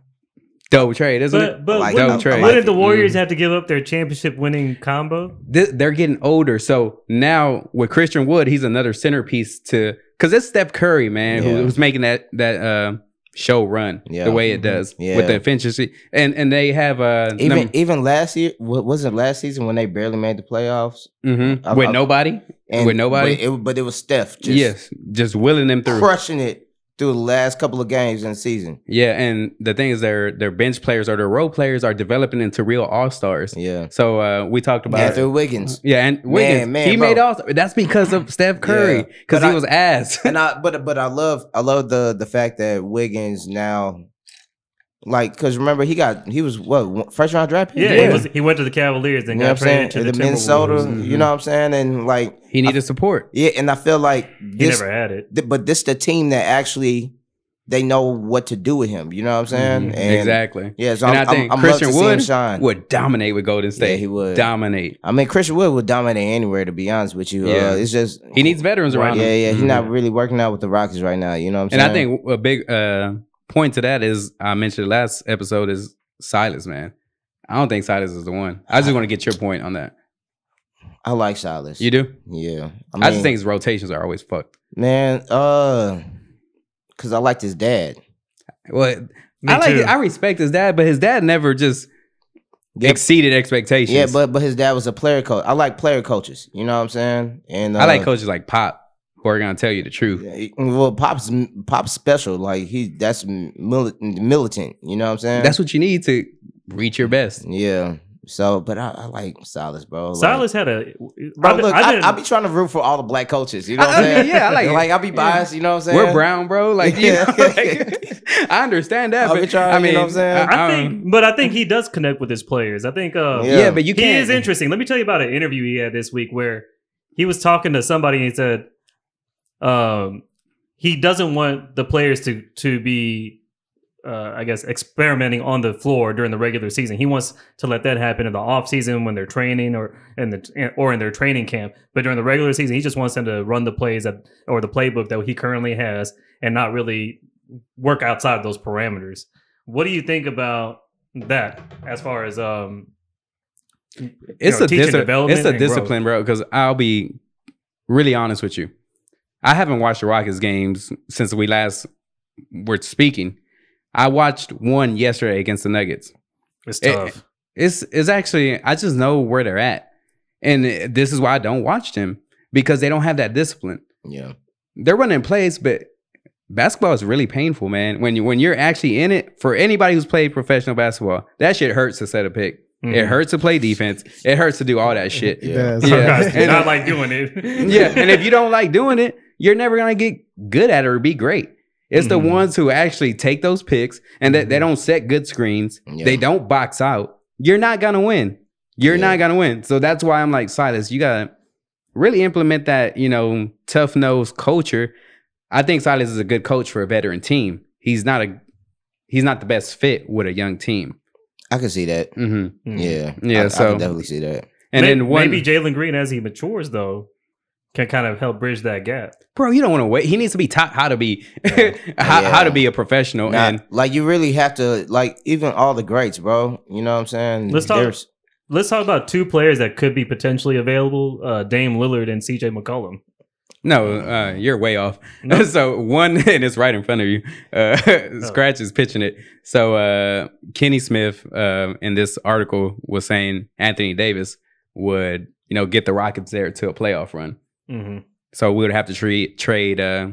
Dope trade, isn't
But
it?
but
like-
Dope
wouldn't,
trade. Mm.
wouldn't the Warriors have to give up their championship winning combo?
Th- they're getting older, so now with Christian Wood, he's another centerpiece to because it's Steph Curry, man,
Yeah.
who, who's making that that uh, show run
Yeah. Mm-hmm.
the way it
Mhm.
does
Yeah.
with the efficiency, and and they have uh,
even
num-
even last year wa- wasn't it last season when they barely made the playoffs
mhm,
I-
with
I-
nobody, With nobody?
But it, but it was Steph just
yes, just willing them through.
crushing it through the last couple of games in the season.
Yeah, and the thing is, their their bench players or their role players are developing into real all stars.
Yeah,
So uh, we talked about
Andrew Wiggins.
Yeah, and Wiggins,
man,
he
bro.
made all. That's because of Steph Curry,
Yeah.
because
But
he
I-
was ass.
and I but but I love I love the the fact that Wiggins now like because remember he got he was what one- first round draft pick
Yeah,
Yeah.
He, was, he went to the Cavaliers
you
and
know what I'm
got
saying
traded
the,
to the,
Minnesota
Timberwolves. Mm-hmm.
Mhm.
you know what I'm saying and like
he needed support.
yeah and I feel like
He
this
never had it.
th- but this the team that actually they know what to do with him you know what I'm saying
Mhm.
and
exactly.
yeah so
And
I'm,
I think
I'm, I'm
Christian
love to see him
Wood
shine
would dominate with Golden
yeah
State.
he would
dominate.
I mean Christian Wood would dominate anywhere to be honest with you
Yeah.
uh, it's just
He needs veterans
Right,
around
yeah
him.
yeah he's
Mhm.
not really working out with the Rockets right now you know what I'm
And
saying
I think a big uh, point to that is I mentioned last episode is Silas, man. I don't think Silas is the one. I just want to get your point on that.
I like Silas
You do?
yeah
I, just think his rotations are always fucked.
Man, uh, cause I liked his dad.
Well,
Me
I like.
too.
it. I respect his dad, but his dad never just
Yeah,
exceeded expectations.
yeah, but but his dad was a player coach. I like player coaches. You know what I'm saying? And uh,
I like coaches like Pop who are gonna tell you the truth.
yeah, he- Well, pops pops special. Like he, that's mili- militant. You know what I'm saying?
That's what you need to reach your best.
yeah. So, but I, I like Silas, bro. Oh, Like,
Silas had a.
Bro, look,
I
I,
didn't,
I, be trying to root for all the black coaches. You know
I-
what I'm
I mean,
saying?
yeah, I like it.
I'll be biased. You know what I'm saying?
We're brown, bro. Like, you know,
Yeah.
like, I understand that.
I'll
But
be trying,
I
you
mean,
know what I'm saying?
I-
I
I
think, but I
Um,
think he does connect with his players. I think. Uh,
don't- yeah.
Yeah.
but you
he
can't.
is interesting. Let me tell you about an interview he had this week where he was talking to somebody and he said, um, he doesn't want the players to to be, uh, I guess, experimenting on the floor during the regular season. He wants to let that happen in the off season when they're training or in the or in their training camp. But during the regular season, he just wants them to run the plays that or the playbook that he currently has and not really work outside of those parameters. What do you think about that as far as um
It's
know,
a
teaching
dis-
development
It's a
and growth.
discipline, bro. Because I'll be really honest with you. I haven't watched the Rockets games since we last were speaking. I watched one yesterday against the Nuggets.
It's
It-
tough.
It's it's actually I just know where they're at, and uh, this is why I don't watch them because they don't have that discipline.
yeah.
They're running plays, but basketball is really painful, man. When you when you're actually in it, for anybody who's played professional basketball, that shit hurts to set a pick. It
Mhm.
hurts to play defense. It hurts to do all that shit.
Yeah.
Yeah,
does.
Yeah.
Guys do
And-
not like doing it.
and if you don't like doing it, you're never gonna get good at it or be great. It's
Mhm.
the ones who actually take those picks and that they don't set good screens.
Yeah.
They don't box out. You're not gonna win. You're
Yeah.
not gonna win. So that's why I'm like Silas. You gotta really implement that. You know, tough nosed culture. I think Silas is a good coach for a veteran team. He's not a. He's not the best fit with a young team.
I can see that.
hmm
Yeah.
Yeah,
I, I
so-
can definitely see that.
And
Mm. May-
then one,
maybe Jalen Green, as he matures, though, can kind of help bridge that gap.
bro, you don't want to wait. He needs to be taught how to be how,
Yeah.
how to be a professional.
Nah,
Oh, and
like you really have to like even all the greats, bro. You know what I'm saying?
Let's talk-
There's-
Let's talk about two players that could be potentially available: uh, Dame Lillard and C.J. McCollum.
no, uh, you're way off.
No.
so one, and it's right in front of you. Uh, Scratch is pitching it. So uh, Kenny Smith uh, in this article was saying Anthony Davis would, you know, get the Rockets there to a playoff run.
hmm
So we would have to trade trade uh,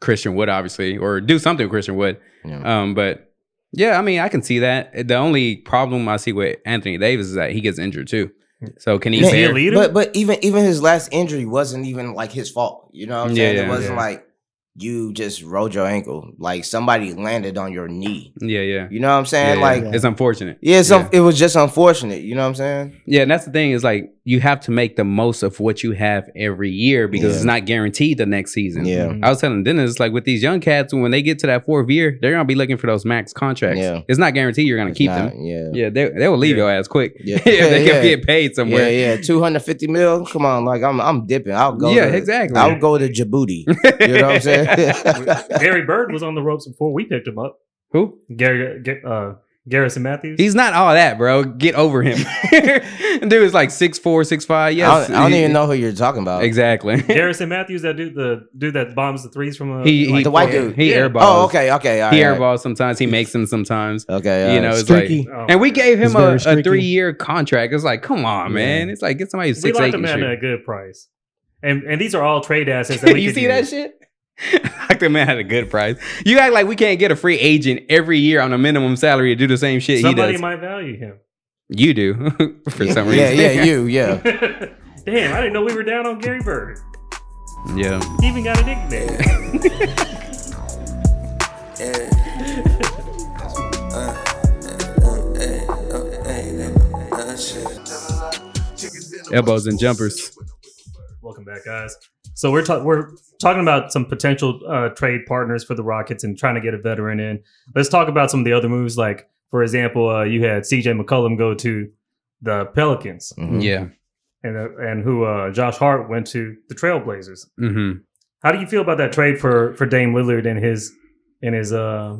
Christian Wood, obviously, or do something with Christian Wood.
Yeah.
Um, but yeah, I mean, I can see that. The only problem I see with Anthony Davis is that he gets injured too. So can he?
Is
he a
bear-
leader?
But but even even his last injury wasn't even like his fault. You know what I'm saying?
Yeah,
it wasn't
yeah.
like you just rolled your ankle. Like somebody landed on your knee.
Yeah, yeah.
You know what I'm
Yeah,
saying?
yeah.
like yeah,
it's unfortunate.
it's un- it was just unfortunate. You know what I'm saying?
Yeah, and that's the thing is like you have to make the most of what you have every year because
Yeah.
it's not guaranteed the next season.
Yeah.
Mm-hmm.
I was telling Dennis like with these young cats when they get to that fourth year, they're gonna be looking for those max contracts.
Yeah.
It's not guaranteed you're gonna
It's
keep
not-
them.
Yeah.
Yeah, they, they will leave
Yeah.
your ass quick.
Yeah.
Yeah, they
Yeah,
can
yeah.
get paid
Yeah,
somewhere. Yeah,
yeah, two hundred fifty mil. Come on, like I'm, I'm dipping. I'll go. to,
exactly.
I'll go to Djibouti. You know what I'm saying?
Gary Bird was on the ropes before we picked him up.
Who?
Gary, Ga- uh, Garrison Matthews.
He's not all that, bro. Get over him. Dude is like six four, six five. Yes,
I, don't, I don't even know who you're talking about.
Exactly.
Garrison Matthews, that dude, the dude that bombs the threes from uh, a,
He- he-
The white dude.
He airballs.
Oh, okay, okay, all right.
He
all right.
airballs sometimes. He makes them sometimes.
Okay, all
You
right.
know, it's like
Streaky.
Oh,
And we gave him
He's
a,
very
a
streaky.
three year contract. It's like, come on,
Yeah.
man. It's like get somebody who's
we
six
locked
eight.
him in at a
And
good price. And and these are all trade assets that
shoot.
we
you
could
see
use.
that shit? Locked him in at a good price. You act like we can't get a free agent every year on a minimum salary to do the same shit
Somebody
he does.
might value him.
you do for some
yeah,
reason.
yeah, you, yeah.
Damn, I didn't know we were down on Gary Bird.
yeah.
He even got a nickname.
Elbows and jumpers.
Welcome back, guys. So we're ta- we're talking about some potential uh, trade partners for the Rockets and trying to get a veteran in. Let's talk about some of the other moves. Like for example, uh, you had C.J. McCollum go to the Pelicans,
Mhm.
Mm-hmm. Yeah.
and uh, and who uh, Josh Hart went to the Trailblazers.
hmm
How do you feel about that trade for for Dame Lillard and his and his uh,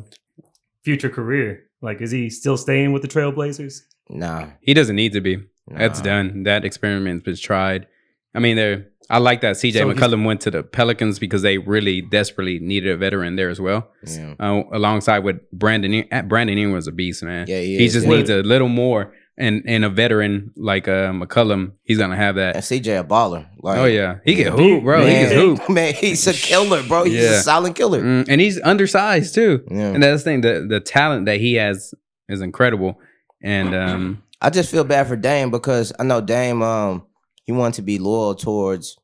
future career? Like, is he still staying with the Trailblazers?
Nah,
He doesn't need to be.
nah.
That's done. That experiment's been tried. I mean, there. I like that CJ
So he's-
McCullum went to the Pelicans because they really desperately needed a veteran there as well.
Yeah,
uh, alongside with Brandon. In- uh, Brandon Ingram was a beast, man.
yeah,
he
he, is,
just
yeah.
needs a little more. And and a veteran like uh, McCullum, he's gonna have
And
that.
CJ a baller. Like,
Oh yeah, he can
Yeah.
hoop, bro.
man,
He can hoop,
Man, he's a killer, bro. He's
Yeah.
a silent killer.
Mm, and he's undersized too.
Yeah.
And that's the thing. The the talent that he has is incredible. And um,
I just feel bad for Dame because I know Dame um he wanted to be loyal towards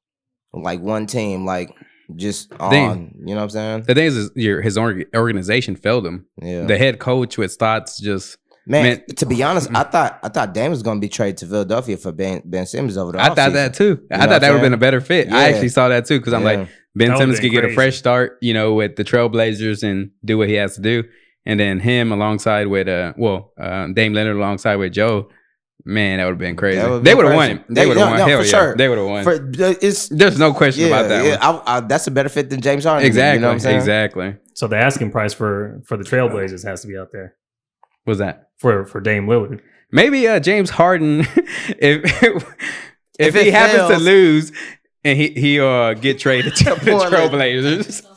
like one team, like just on.
Dame.
You know what I'm saying?
The thing is, is your his org- organization failed him.
Yeah.
The head coach with thoughts just.
man,
man. Mm.
to be honest, I thought I thought Dame was gonna be traded to Philadelphia for Ben Ben Simmons over the
I thought that too.
know
I
what
thought that
I'm
would have been
saying?
a better fit. I
Yeah.
actually saw that too because I'm like Ben
That would've
Simmons
been
could get a
crazy.
fresh start, you know, with the Trailblazers and do what he has to do, and then him alongside with uh, well, uh, Dame Leonard alongside with Joe. Man, that would have been crazy.
would've
They
been
would have won
crazy.
him. They
They-
would have
no,
won.
no,
Hell
for
yeah,
sure.
they would have won.
for it's
There's no question
yeah,
about that
yeah
one.
I, I, that's a better fit than James Harden.
Exactly.
you know what I'm saying?
exactly.
So the asking price for for the Trailblazers has to be out there
Was that?
for for Dame Lillard.
Maybe uh, James Harden, if if,
If
he
it
happens to
fails-
lose and he he uh get traded to the
Portland.
Trailblazers.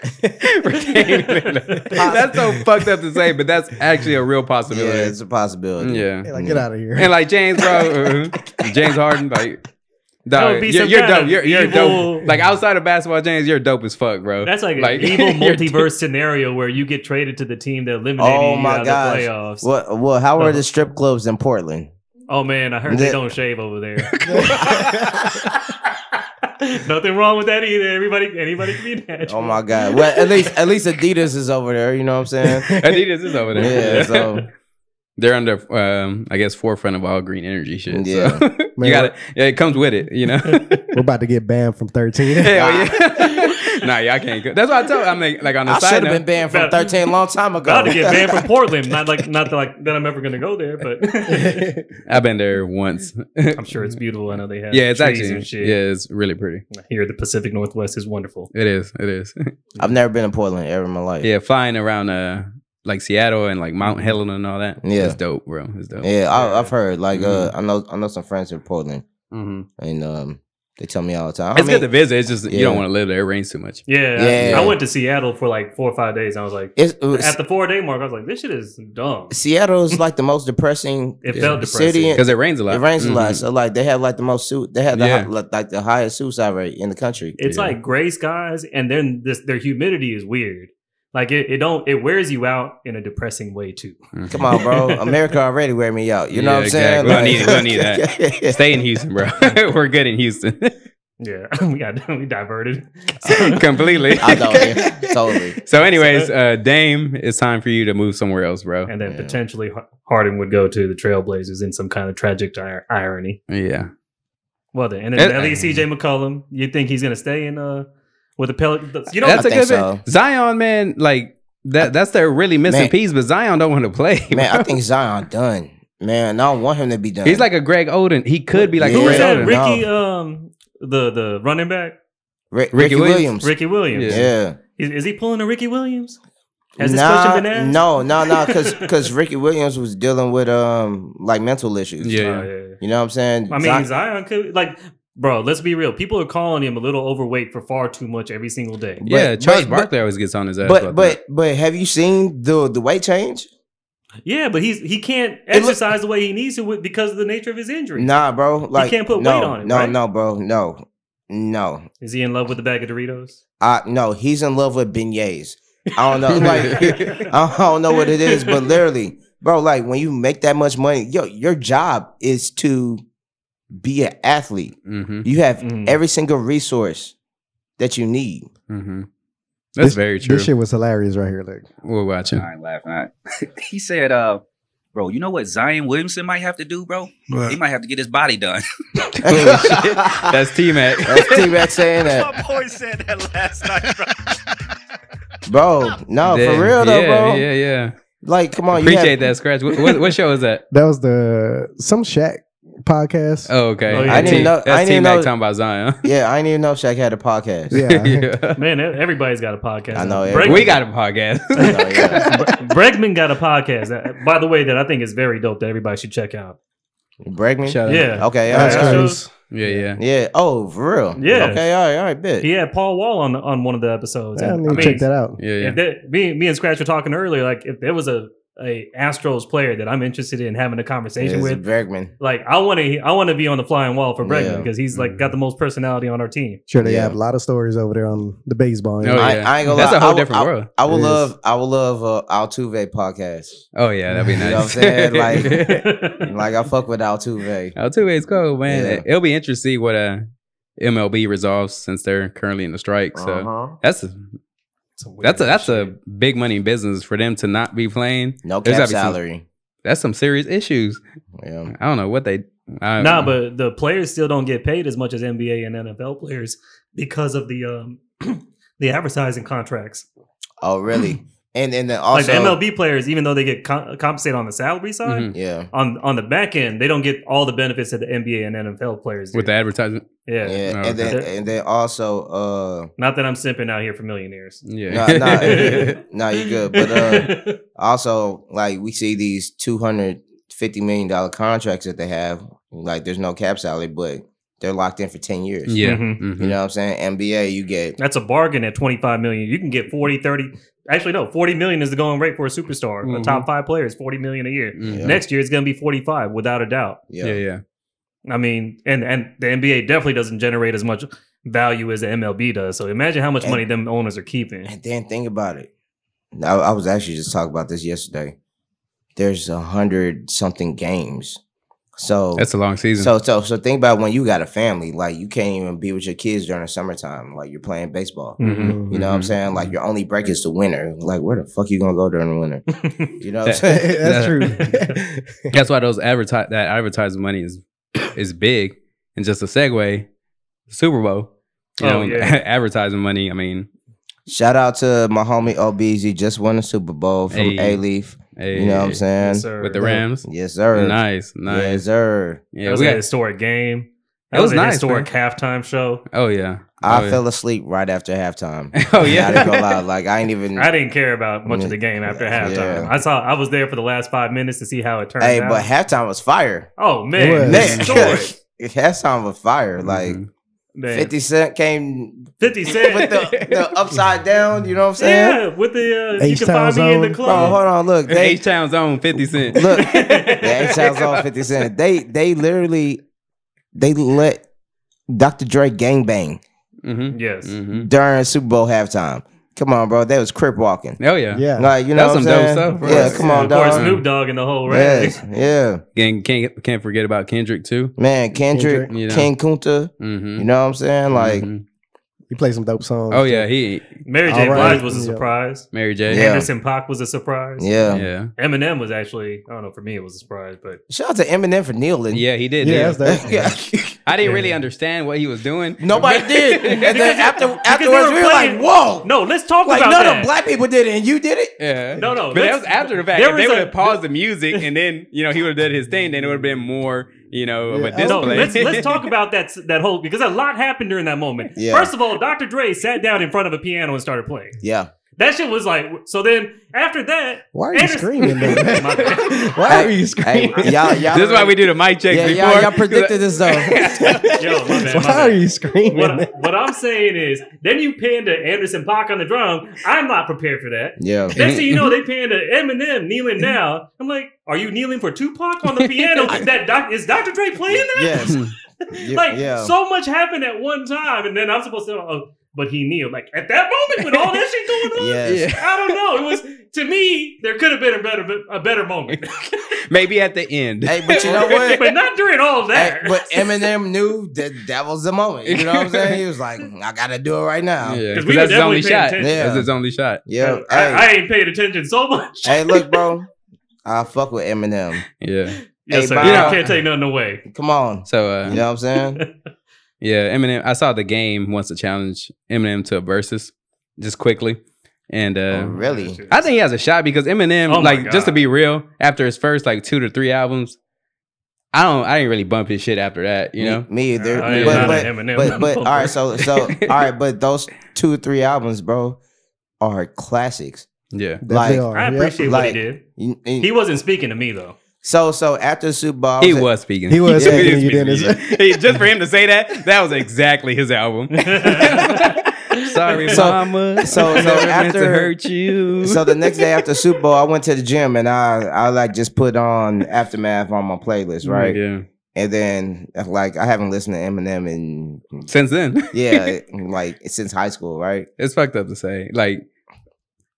For Dame Lillard. that's so fucked up to say, but that's actually a real
Yeah,
possibility.
it's a possibility.
Yeah,
Hey, like, get out of here.
and like James, bro, uh, James Harden, like. Dog,
would be
you're,
some
you're
kind
dope.
of
You're, you're
evil-
dope. Like outside of basketball, James, you're dope as fuck, bro.
That's like, an evil
you're dope.
multiverse scenario where you get traded to the team that eliminated
Oh
you out
my
of
gosh.
the playoffs.
Well, well, how are
Uh-huh.
the strip clubs in Portland?
Oh man, I heard they
Yeah.
don't shave over there. Nothing wrong with that either. Everybody, anybody can be natural.
Oh my god. Well, at least at least Adidas is over there. You know what I'm saying?
Adidas is over there.
yeah. So
they're under um i guess forefront of all green energy shit yeah
Yeah.
so. you
Man,
got it yeah it comes with it you know hell
We're about to get banned from 13.
yeah nah y'all can't go that's what i told i'm like, like on the
I
side
should
note,
have been banned from
About-
13 a long time ago.
Oh.
About to get banned from Portland. Not like not that, like that I'm ever gonna go there, but
i've been there once
I'm sure it's beautiful. I know they have
yeah it's
trees
actually
and shit.
yeah it's really pretty
Here, the Pacific Northwest is wonderful.
it is it is
I've never been in Portland ever in my life.
yeah flying around uh like seattle and like mount helena and all that
Mm-hmm. Yeah.
it's dope bro it's dope
Yeah, I, I've heard. Like,
Mm-hmm.
uh, I know, I know some friends in Portland,
Mhm.
and um, they tell me all the time. I
it's
mean,
good to visit it's just you don't
Yeah.
want to live there it rains too much
Yeah,
Yeah.
I, I went to Seattle for like four or five days. I was like,
it's, uh,
at the four day mark, I was like, this shit is dumb.
Seattle is like the most depressing
It felt
city.
depressing.
in-
because it rains a lot
It rains a
Mm-hmm.
lot,
Mhm.
so like they have like the most suit. They have the
Yeah.
hi- like, like the highest suicide rate in the country.
It's
Yeah.
like gray skies, and then this their humidity is weird. Like it, it don't it wears you out in a depressing way too.
Mhm.
Come on, bro. America already wear me out. You know
Yeah,
what I'm saying?
exactly. We don't need- we don't
Like-
stay in houston bro we're good in houston
Yeah, we got we diverted.
completely
I don't. yeah, totally.
So, anyways, uh, Dame, it's time for you to move somewhere else, bro.
and then
Yeah.
potentially Har- Harden would go to the Trailblazers in some kind of tragic ir- irony.
Yeah,
Well, then, and then
And-
at least CJ McCollum, you think he's gonna stay in uh with the Pelicans? You know,
that's a
think
good bit.
so.
Zion, man, like that. That's their really missing
Man.
piece, but Zion don't want to play.
Man, I
bro.
think Zion done. Man, I don't want him to be done.
he's like a Greg Oden. He could be like
who
a
was
Greg
that?
Oden.
Rick-
Ricky,
No.
um, the the running back,
Ri- Ricky,
Ricky
Williams.
Ricky Williams.
Yeah.
Yeah.
Is, is he pulling a Ricky Williams? Has this
Nah,
question been asked?
No, no, no, because Ricky Williams was dealing with um like mental issues.
Yeah,
Oh, yeah, yeah.
You know what I'm saying?
I mean,
Zion-
Zion could like, bro. Let's be real. People are calling him a little overweight for far too much every single day.
yeah,
but-
Charles
but-
Barkley always gets on his ass.
but
about
but but have you seen the the weight change?
Yeah, but he's he can't
It look-
exercise the way he needs to with- because of the nature of his injury.
Nah, bro. Like
can't put
no,
weight on it,
No,
right?
no, bro. No, no.
Is he in love with the bag of Doritos?
I no. He's in love with beignets. I don't know. Like I don't know what it is, but literally, bro, like when you make that much money, yo, your job is to be an athlete.
that. Mhm,
You have
Mm.
every single resource that you need.
mhm. That's
This-
very true.
This shit was hilarious right here. Look,
We're watching.
I ain't laughing. I- he said, uh, bro, you know what Zion Williamson might have to do, bro? He might have to get his body done.
That's
That's T Mac.
T Mac saying that,
My boy said that last night, bro.
bro. No, for real though,
yeah,
bro.
Yeah, yeah.
Like, come on,
Appreciate
you
that
have,
scratch. What, what, what show is that?
that was the some Shaq podcast.
Oh, okay.
Oh, yeah.
That's
I didn't
T-
know- I
That's T
didn't
Mac
know-
talking about Zion.
Yeah, I didn't even know Shaq had a podcast.
yeah,
Yeah.
Man, e- everybody's got a podcast.
I know,
Bregman,
We got a podcast.
I know, Oh, yeah.
Bregman got a podcast. that- By the way, that I think is very dope. That everybody should check out.
Bregman.
Shut up.
Yeah,
Okay, all
that's
right,
Yeah.
all right.
crazy.
Yeah, yeah.
Yeah. Oh, for real.
Yeah.
Okay. All right. All right. Bet.
he had Paul Wall on on one of the episodes.
I
and,
need
I
to
mean,
check that out.
Yeah, yeah.
If that, me, me and Scratch were talking earlier. Like, if there was a a Astros player that I'm interested in having a conversation
It's
with,
Bregman.
like I want to I want to be on the flying wall for Bregman
Yeah.
because he's
Mm.
like got the most personality on our team.
Sure, they
Yeah.
have a lot of stories over there on the baseball. end.
Oh,
I,
yeah.
I ain't gonna
That's
lie.
a whole
I would-
different world.
I would
It is.
love, I would love uh, Altuve podcast.
Oh yeah, that'd be
You know
nice.
what I'm saying?
yeah,
Like I fuck with Altuve.
Altuve is Oh, cool, man.
Yeah.
It'll be interesting to see what uh, MLB resolves since they're currently in the strike. So
Uh-huh.
that's a, that's a, that's a big money business for them to not be playing.
No
There's
cap
gotta be some-
salary.
That's some serious issues.
Yeah.
I don't know what they. I,
nah, but the players still don't get paid as much as NBA and NFL players because of the um the advertising contracts.
Oh really? And and then also
like the MLB players, even though they get com- compensated on the salary side,
Mhm.
Yeah.
on on the back end, they don't get all the benefits that the NBA and NFL players do.
with the advertisement,
yeah.
Yeah.
Oh,
and then
okay.
and then also uh
Not that I'm simping out here for millionaires.
yeah,
nah, nah, nah you good. But uh also like we see these two hundred fifty million dollar contracts that they have. Like there's no cap salary, but they're locked in for ten years.
yeah.
Mhm.
mhm.
You know what I'm saying? NBA, you get
that's a bargain at 25 million. You can get 40, 30. Actually, no, 40 million is the going rate for a superstar. A
Mhm.
top five player is 40 million a year.
Mm.
Yeah.
Next year, it's going to be 45 without a doubt.
Yeah, yeah, yeah.
I mean, and and the NBA definitely doesn't generate as much value as the MLB does. So imagine how much money them owners are keeping.
And then think about it. I, I was actually just talking about this yesterday. There's a hundred something games. So
That's a long season.
so so so think about when you got a family, like you can't even be with your kids during the summertime, like you're playing baseball.
Mm-hmm.
You know what I'm
Mhm.
saying? Like your only break is the winter. Like where the fuck you gonna go during the winter? You know what I'm saying?
That's true.
That's why those advertise that advertising money is is big. And just a segue, Super Bowl. You
Oh,
know,
yeah.
advertising money. I mean,
Shout out to my homie OBZ, just won the Super Bowl from
Hey.
A Leaf.
hey,
You know what I'm saying? Yes, sir.
with the Rams. Nice, nice.
Yes, sir.
Yeah,
That was
we
a
got,
historic game. That
It was
was, a
nice,
historic halftime show.
oh yeah,
I
oh,
fell asleep right after halftime.
Yeah. Oh
I didn't go
yeah,
loud. Like I ain't even
I didn't care about much of the game after
Yeah.
halftime. I saw I was there for the last five minutes to see how it turned
Hey,
out.
but halftime was fire.
oh
It
man,
was.
Man,
historic.
halftime was fire. Like
Mhm.
Man. 50,
Fifty Cent came
Cent
with the, the upside down. You know what I'm saying?
yeah, with the uh, you can
H-Town
find me in the
Zone.
Bro, Oh, hold
club.
on. Look,
It's
they
H Town's own Fifty Cent.
look. The H Town's on Fifty Cent. They they literally they let Dr. Dre gangbang
Mm-hmm.
yes,
Mm.
Mm-hmm.
during Super Bowl halftime. Come on, bro. They was crip walking.
Oh yeah,
yeah.
Like you know
That's
what
some dope
I'm saying?
stuff, bro.
yeah, come on,
of course,
dog.
Snoop Dogg and the whole rag.
Yes, yeah,
and can't can't forget about Kendrick too.
man. Kendrick,
Kendrick. Yeah.
King Kunta. You
Mm-hmm.
know what I'm saying? Like, Mm-hmm.
Mhm.
He played some dope songs.
oh
too.
yeah, he
Mary J.
All right.
Blige was a
Yeah.
surprise.
Mary J.
Yeah.
Anderson Pac was a surprise.
yeah.
yeah,
Eminem was actually, I don't know, for me it was a surprise, but
Shout out to Eminem for kneeling.
yeah, he did.
Yeah,
Yeah,
that's dope.
I didn't
Yeah.
really understand what he was doing.
Nobody
but-
did. And then after,
they
afterwards,
were
we were
playing-
like, whoa.
no, let's talk
like,
about
none
that.
of black people did it and you did it?
Yeah.
No, no,
But that
that's-
was after the fact.
there
If they
was
would
a-
have paused the music and then, you know, he would have done his thing, then it would have been more, you know, of
Yeah,
a
I was-
display.
no, let's let's talk about that that whole because a lot happened during that moment.
Yeah.
First of all, Dr. Dre sat down in front of a piano and started playing.
Yeah.
That shit was like so. Then after that,
Why are you
Anderson-
screaming though?
My bad.
Why are you screaming?
Hey, y'all, y'all,
this is why we do the mic checks
yeah,
before.
y'all, y'all predicted this though.
Yo, my bad. my
Why are
bad.
you screaming?
What, what I'm saying is, then you panned to Anderson Pac on the drum. I'm not prepared for that.
yeah.
Next thing you know, they panned to Eminem kneeling down. I'm like, are you kneeling for Tupac on the piano? that doc, is Dr. Dre playing that?
Yes.
like
yeah.
so much happened at one time, and then I'm supposed to. Oh, but he kneeled. Like at that moment, with all that shit going on,
Yes.
I don't know. It was to me there could have been a better a better moment,
Maybe at the end.
Hey, but you know what?
but not during all
Hey,
that.
but Eminem knew that that was the moment. You know what I'm saying? He was like, "Mm, I gotta do it right now. Yeah.
Yeah,
'Cause
because
we
that's
were
his only
definitely paying
shot.
attention.
That's his only shot.
I,
hey,
I ain't paid attention so much.
hey, look, bro. I fuck with Eminem.
Yeah.
Yes, sir.
Bob.
I can't take nothing away.
Come on.
So, uh,
You know what I'm saying?
yeah, Eminem, I saw the game wants to challenge Eminem to a versus just quickly. And, uh,
Oh, really?
I think he has a shot because Eminem,
Oh my
like, just to
God.
be real, after his first like two to three albums, I don't, I didn't really bump his shit after that, you
Me-
know.
me either.
I am
but,
not
but,
an Eminem
but but all
bumper.
right, so so all right, but those two or three albums, bro, are classics.
Yeah,
That
Like,
they are,
I
yeah.
appreciate what he
Like-
did.
You- and-
He wasn't speaking to me though.
so so after the Super Bowl, I
he
at-
was speaking.
He was
Yeah,
speaking
he
to you,
Excuse
Dennis.
me. Hey, just for him to say that, that was exactly his album. Sorry,
So-
mama.
so- so
Never meant to
after-
hurt you.
so the next day after Super Bowl, I went to the gym and I I like just put on Aftermath on my playlist, right?
Yeah.
And then like I haven't listened to Eminem in
Since then,
yeah, like since high school, right?
it's fucked up to say. Like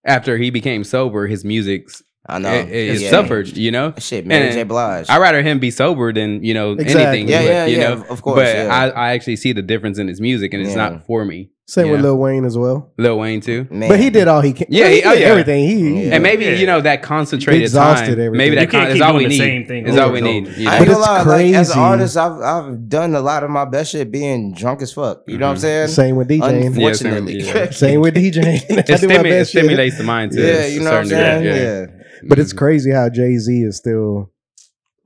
after he became sober, his music's
I know.
it, eh, it
yeah.
suffered. You know,
Shit, Mary
And
J. Blige.
I'd rather him be sober than you know
Exactly.
anything.
yeah,
but,
yeah,
you
yeah.
know,
of- of course.
but
yeah.
I, I actually see the difference in his music, and it's
Yeah.
not for me.
Same with
Yeah.
Lil Wayne as well.
Lil Wayne too,
Man.
But he did all he can.
Yeah,
well, he
he- oh,
did
yeah.
everything. He,
Yeah.
and maybe
Yeah.
you know that concentrated
Exhausted
time.
everything.
Maybe
You
that
can't
con- is
keep
all
doing
we
the
need.
same thing
Is all
over
we
and
need.
over.
you
I
know?
ain't gonna
But
lie,
it's
like, as an
crazy.
artist, I've I've done a lot of my best shit being drunk as fuck. You know what I'm
Mhm.
saying?
Mm-hmm. same with DJing.
Yeah, same-
Unfortunately,
yeah.
Same with DJing. I
It,
do my
stimu- it
best shit.
stimulates the mind to
yeah,
a
you know what I'm
certain
saying.
degree. Yeah.
Yeah,
But it's crazy how Jay Z is still.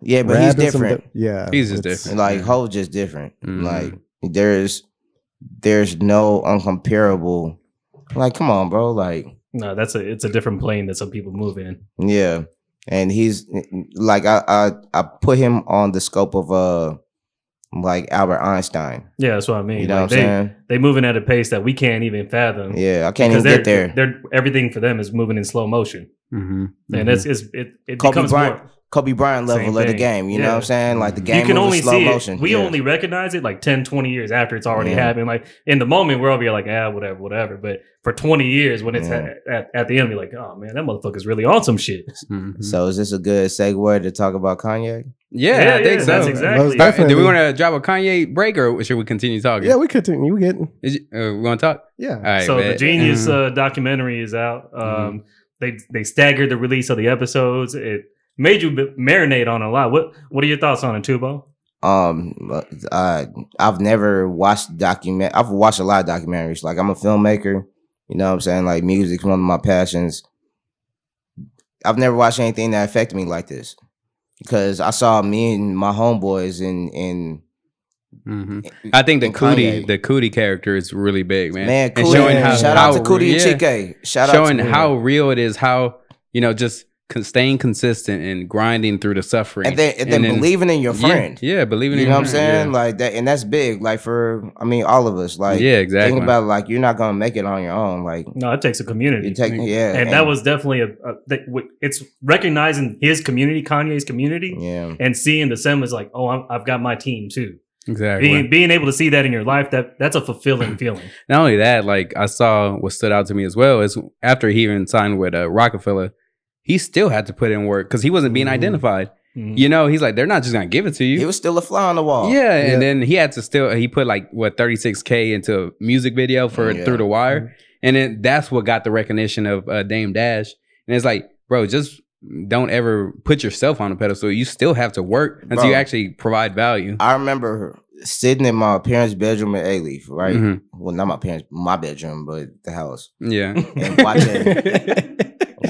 yeah, but he's
rapping some
different.
di- yeah,
He's just
it's-
different.
Like
Yeah.
Ho just different.
Mhm.
Like there's there's no uncomparable. Like come on, bro. Like
No, that's a it's a different plane that some people move in.
yeah, and he's like I I I put him on the scope of uh like Albert Einstein.
Yeah, that's what I mean.
You know
Like,
what I'm
they
saying?
they moving at a pace that we can't even fathom.
Yeah, I can't even
they're,
get there.
They're everything for them is moving in slow motion,
Mhm.
Mm-hmm. and it's, it's it it
Kobe
becomes
Bryant,
more.
Kobe Bryant
Same
level of the
thing.
game. You know
Yeah.
what I'm saying? Like the
You
game
you can
moves
only
in slow
see
motion.
it. We
Yeah.
only recognize it like 10, 20 years after it's already
Yeah.
happened. Like in the moment, we're all be like, ah, whatever, whatever. But for twenty years, when it's
Yeah.
at, at, at the end, we're like, oh man, that motherfucker's really on some shit.
Mhm.
So is this a good segue to talk about Kanye?
Yeah, I think so.
that's
Most
exactly.
Uh,
definitely.
Do we want to drop a Kanye break or should we continue talking?
Yeah, we continue. We getting
Is you- uh, we want to talk?
yeah.
All right.
so the
bet.
genius
Mhm.
uh, documentary is out. Um, They they staggered the release of the episodes. It made you b- marinate on it a lot. What what are your thoughts on it, Tubo?
Um, uh, I've never watched document. I've watched a lot of documentaries. Like I'm a filmmaker. You know what I'm saying? Like music's one of my passions. I've never watched anything that affected me like this because I saw me and my homeboys in in
Mhm. I think the
and
cootie
Kanye.
the cootie character is really big, man.
man. Cootie,
showing how-
shout out to Cootie
yeah,
and Chike. Shout
showing
out to
how real it is, how you know just con- staying consistent and grinding through the suffering,
and then and then believing in your
yeah,
friend.
Yeah, believing
You
in
know what
your
I'm saying?
friend,
Like that, and that's big. Like for I mean, all of us.
Yeah,
Like
yeah exactly.
think about it, like you're not gonna make it on your own. Like
No, it takes a community.
you take yeah,
and that was definitely a, a that w- it's recognizing his community, Kanye's community,
Mm.
yeah.
and seeing the sim is like, oh, I'm, I've got my team too.
exactly.
Being being able to see that in your life that that's a fulfilling feeling.
Not only that, like I saw what stood out to me as well is after he even signed with uh, Rockefeller, he still had to put in work because he wasn't being
Mhm.
identified.
Mhm.
You know, he's like they're not just gonna give it to you.
Mm. He was still a fly on the wall.
Yeah,
Yeah.
and then he had to still he put like what 36k into a music video for
Oh, Yeah. Mm-hmm.
Through the Wire, and then that's what got the recognition of uh, Dame Dash. And it's like, bro, just don't ever put yourself on a pedestal. You still have to work until
Bro.
you actually provide value.
I remember sitting in my parents' bedroom at A Leaf, right?
Mhm.
Well, not my parents, my bedroom, but the house,
Yeah,
and watching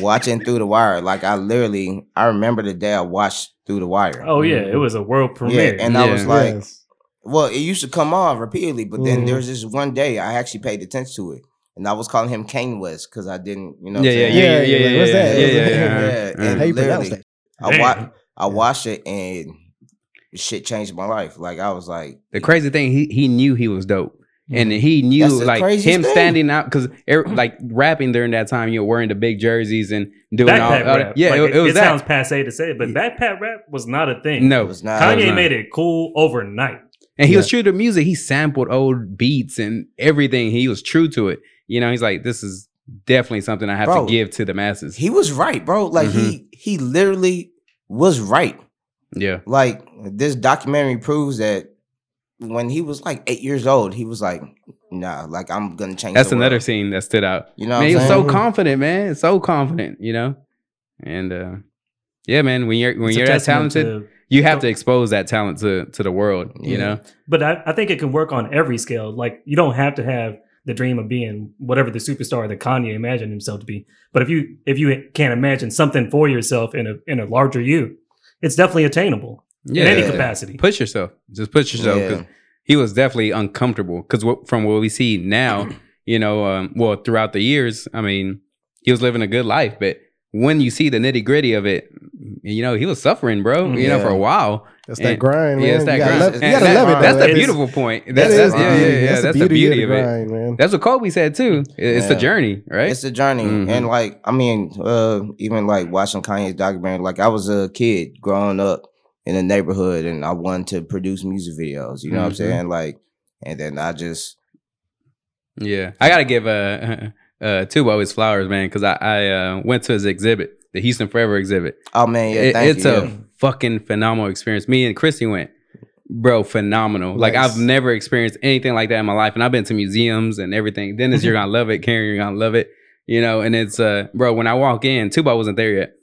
watching Through the Wire. Like I literally, I remember the day I watched Through the Wire.
Oh yeah, it was a world
yeah,
premiere.
and I was
Mm-hmm. Yeah.
like,
Yes.
Well, it used to come on repeatedly, but
Mm-hmm.
then there
Mhm.
was this one day I actually paid attention to it. And I was calling him Kane West because I didn't, you know.
yeah,
what I'm
yeah, yeah,
saying?
yeah, yeah,
Yeah,
yeah,
like, what's
yeah,
that?
yeah, yeah, uh-huh.
Yeah,
yeah, yeah.
and
How you pronounce
literally,
that?
I,
Damn.
wa- I watched it and shit changed my life. Like, I was like,
The crazy thing, he he knew he was dope. And he knew
Mm-hmm. That's the
like him
craziest thing.
standing out because like rapping during that time, you were wearing the big jerseys and doing all,
backpack
all
rap.
that. Yeah,
Like,
it, it was that.
sounds passe to say, it, but backpack rap was not a thing.
it
no,
was not.
it was
Kanye
not.
made it cool overnight.
And he was true to music. He sampled old beats and everything. He was true to it. You know, he's like, this is definitely something I have
Bro.
to give to the masses.
he was right, bro. Like,
Mm-hmm.
he he literally was right.
yeah.
Like, this documentary proves that when he was like eight years old, he was like, nah, like, I'm going to change
That's
the world.
another scene that stood out.
You know what
man,
I'm
he was so
saying?
confident, man. So confident, you know? And uh yeah, man, when you're when
It's a
you're that
testament
talented,
to-
you have to expose that talent to to the world, you
Yeah.
know?
but I, I think it can work on every scale. Like you don't have to have the dream of being whatever the superstar that Kanye imagined himself to be. But if you if you can't imagine something for yourself in a in a larger you, it's definitely attainable
Yeah.
in any
Yeah.
capacity.
Push yourself. Just push yourself. 'cause
Yeah.
he was definitely uncomfortable because from what we see now, you know, um, well, throughout the years, I mean, he was living a good life, but when you see the nitty gritty of it, you know, he was suffering, bro, you know, for
Mm, Yeah.
a while.
That's that
And-
grind, man.
yeah, it's that
you gotta
grind.
love- you
And
gotta
that-
love it.
That's
though.
the
It's-
beautiful point. That's,
that
that's, yeah,
is
yeah, yeah. That's, the beauty, of it.
grind, man.
That's what Kobe said too. It- It's the
Yeah.
journey, right?
It's a journey,
Mhm.
and like I mean, uh, even like watching Kanye's documentary. Like I was a kid growing up in the neighborhood, and I wanted to produce music videos. You know what I'm
Mhm.
saying? Like, and then I just
yeah, I gotta give uh, uh Tubo his flowers, man, because I I uh, went to his exhibit, the Houston Forever exhibit.
oh man, yeah,
It-
thank
it's
you.
a
yeah.
fucking phenomenal experience. Me and Christy went, bro, phenomenal. Like
Nice.
I've never experienced anything like that in my life, and I've been to museums and everything. Dennis, you're gonna love it. Karen, you're gonna love it. You know, and it's uh, bro. When I walk in, Tuba wasn't there yet.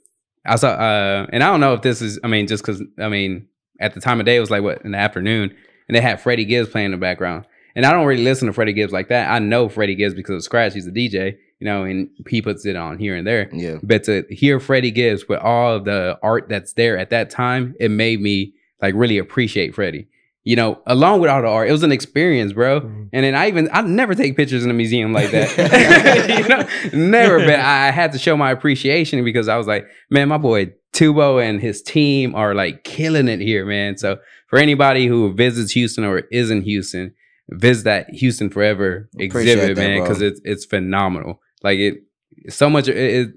I saw, uh, and I don't know if this is. I mean, just because I mean, at the time of day, it was like what in the afternoon, and they had Freddie Gibbs playing in the background. And I don't really listen to Freddie Gibbs like that. I know Freddie Gibbs because of Scratch. He's a DJ, you know, and he puts it on here and there.
yeah.
But to hear Freddie Gibbs with all of the art that's there at that time, it made me like really appreciate Freddie. You know, along with all the art, it was an experience, bro. And then I even I never take pictures in a museum like that. you know, never. But I had to show my appreciation because I was like, man, my boy Tubo and his team are like killing it here, man. So for anybody who visits Houston or is in Houston, visit that Houston Forever
Appreciate
exhibit,
that,
man,
bro.
because it's it's phenomenal. Like it, so much. It, it,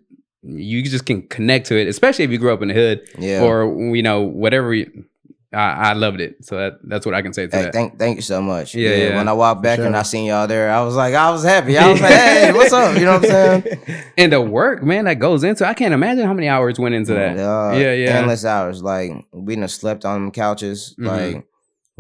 you just can connect to it, especially if you grew up in the hood
Yeah.
or you know whatever. You, I, I loved it, so that, that's what I can say to
Hey,
that.
thank, thank you so much.
Yeah, yeah.
When I walked back and
sure.
I seen y'all there, I was like, I was happy. I was like, hey, what's up? You know what I'm saying?
and the work, man, that goes into. I can't imagine how many hours went into that.
Uh,
yeah, yeah.
Endless hours. Like we done slept on them couches.
Mhm.
Like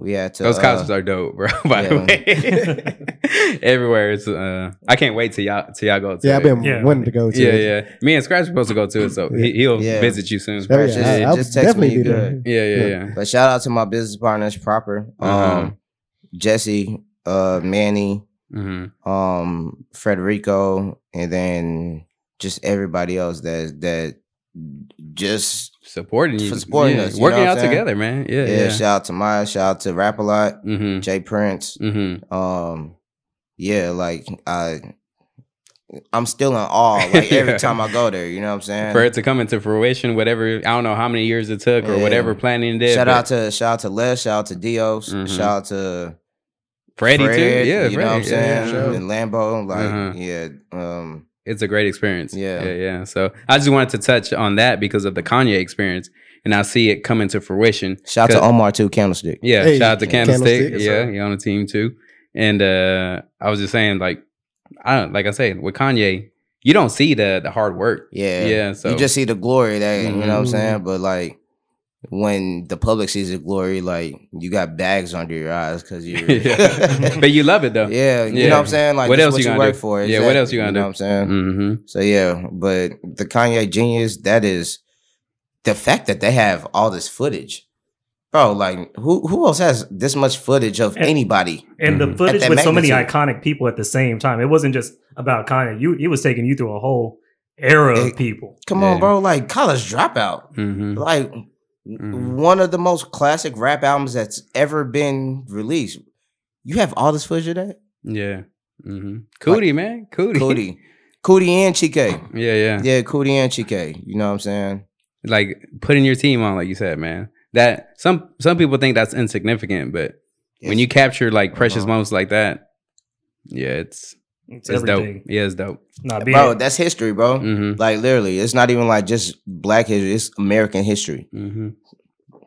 we had to.
Those
uh,
couches are dope, bro. By
yeah.
the way, everywhere it's. Uh, I can't wait till y'all till y'all go. To
Yeah, I've
it.
been
Yeah.
wanting to go to.
Yeah,
it.
yeah. Me and Scratch are supposed to go to it, so he, he'll
Yeah.
visit you soon.
Oh,
Scratch
yeah.
is-
I, I'll
just text me,
definitely
you
be there.
good.
Yeah, yeah,
Yeah.
yeah.
But shout out to my business partners proper. Um,
Uh-huh.
Jesse, uh, Manny,
hmm
um, Frederico, and then just everybody else that that just
Supporting you,
For supporting
Yeah,
us, you
working
know what
out
I'm saying?
together, man. Yeah,
yeah,
yeah.
Shout out to Maya. Shout out to Rap a Lot,
Mm-hmm.
Jay Prince.
Mm-hmm.
Um, yeah, like I, I'm still in awe. Like every
Yeah.
time I go there, you know what I'm saying.
For it to come into fruition, whatever I don't know how many years it took or
Yeah.
whatever planning it did.
shout
but
out to shout out to Les. Shout out to Dios.
Mhm.
Shout out to
Freddie
Fred,
too. Yeah,
you know what I'm
Freddie, yeah,
saying.
yeah.
And Lambo, like
Uh-huh.
yeah, um,
it's a great experience.
Yeah.
yeah, yeah. So I just wanted to touch on that because of the Kanye experience, and I see it come into fruition.
Shout out to
Cause-
Omar too, Candlestick.
Yeah,
Hey,
shout out to Candlestick.
Candlestick, yes,
yeah,
sir.
you're on the team too. And uh I was just saying, like, I don't like I said with Kanye, you don't see the the hard work.
Yeah,
Yeah, so
you just see the glory that you know what I'm
Mhm.
Mm-hmm.
saying. But like when the public sees the glory, like you got bags under your eyes because you.
Yeah. but you love it though.
Yeah, you
Yeah.
know what I'm saying. Like
What
this
else
what
you
you,
gonna
work
do?
for.
Yeah, what else you
exactly,
gonna do?
know what I'm saying.
hmm
So yeah, but the Kanye genius, that is the fact that they have all this footage. Bro, like who who else has this much footage of
And-
anybody?
And
Mhm.
the
At
footage
that
with so many
magnitude.
iconic people at the same time. It wasn't just about Kanye. You, it was taking you through a whole era
It-
of people.
Come
Yeah.
on, bro, like college dropout.
hmm
Like
Mhm.
one of the most classic rap albums that's ever been released. You have all this footage of that?
Yeah. hmm Cootie, man. Cootie.
Cootie. Cootie and Chike.
Yeah, yeah.
Yeah, Cootie and Chike. You know what I'm saying?
Like putting your team on, like you said, man. That some some people think that's insignificant, but when
It's-
you capture like precious
Uh-huh.
moments like that, yeah, it's
It's,
it's, dope.
everything.
Yeah, it's dope.
Not being
Bro, that's history, bro.
hmm
Like literally, it's not even like just black history, it's American history.
hmm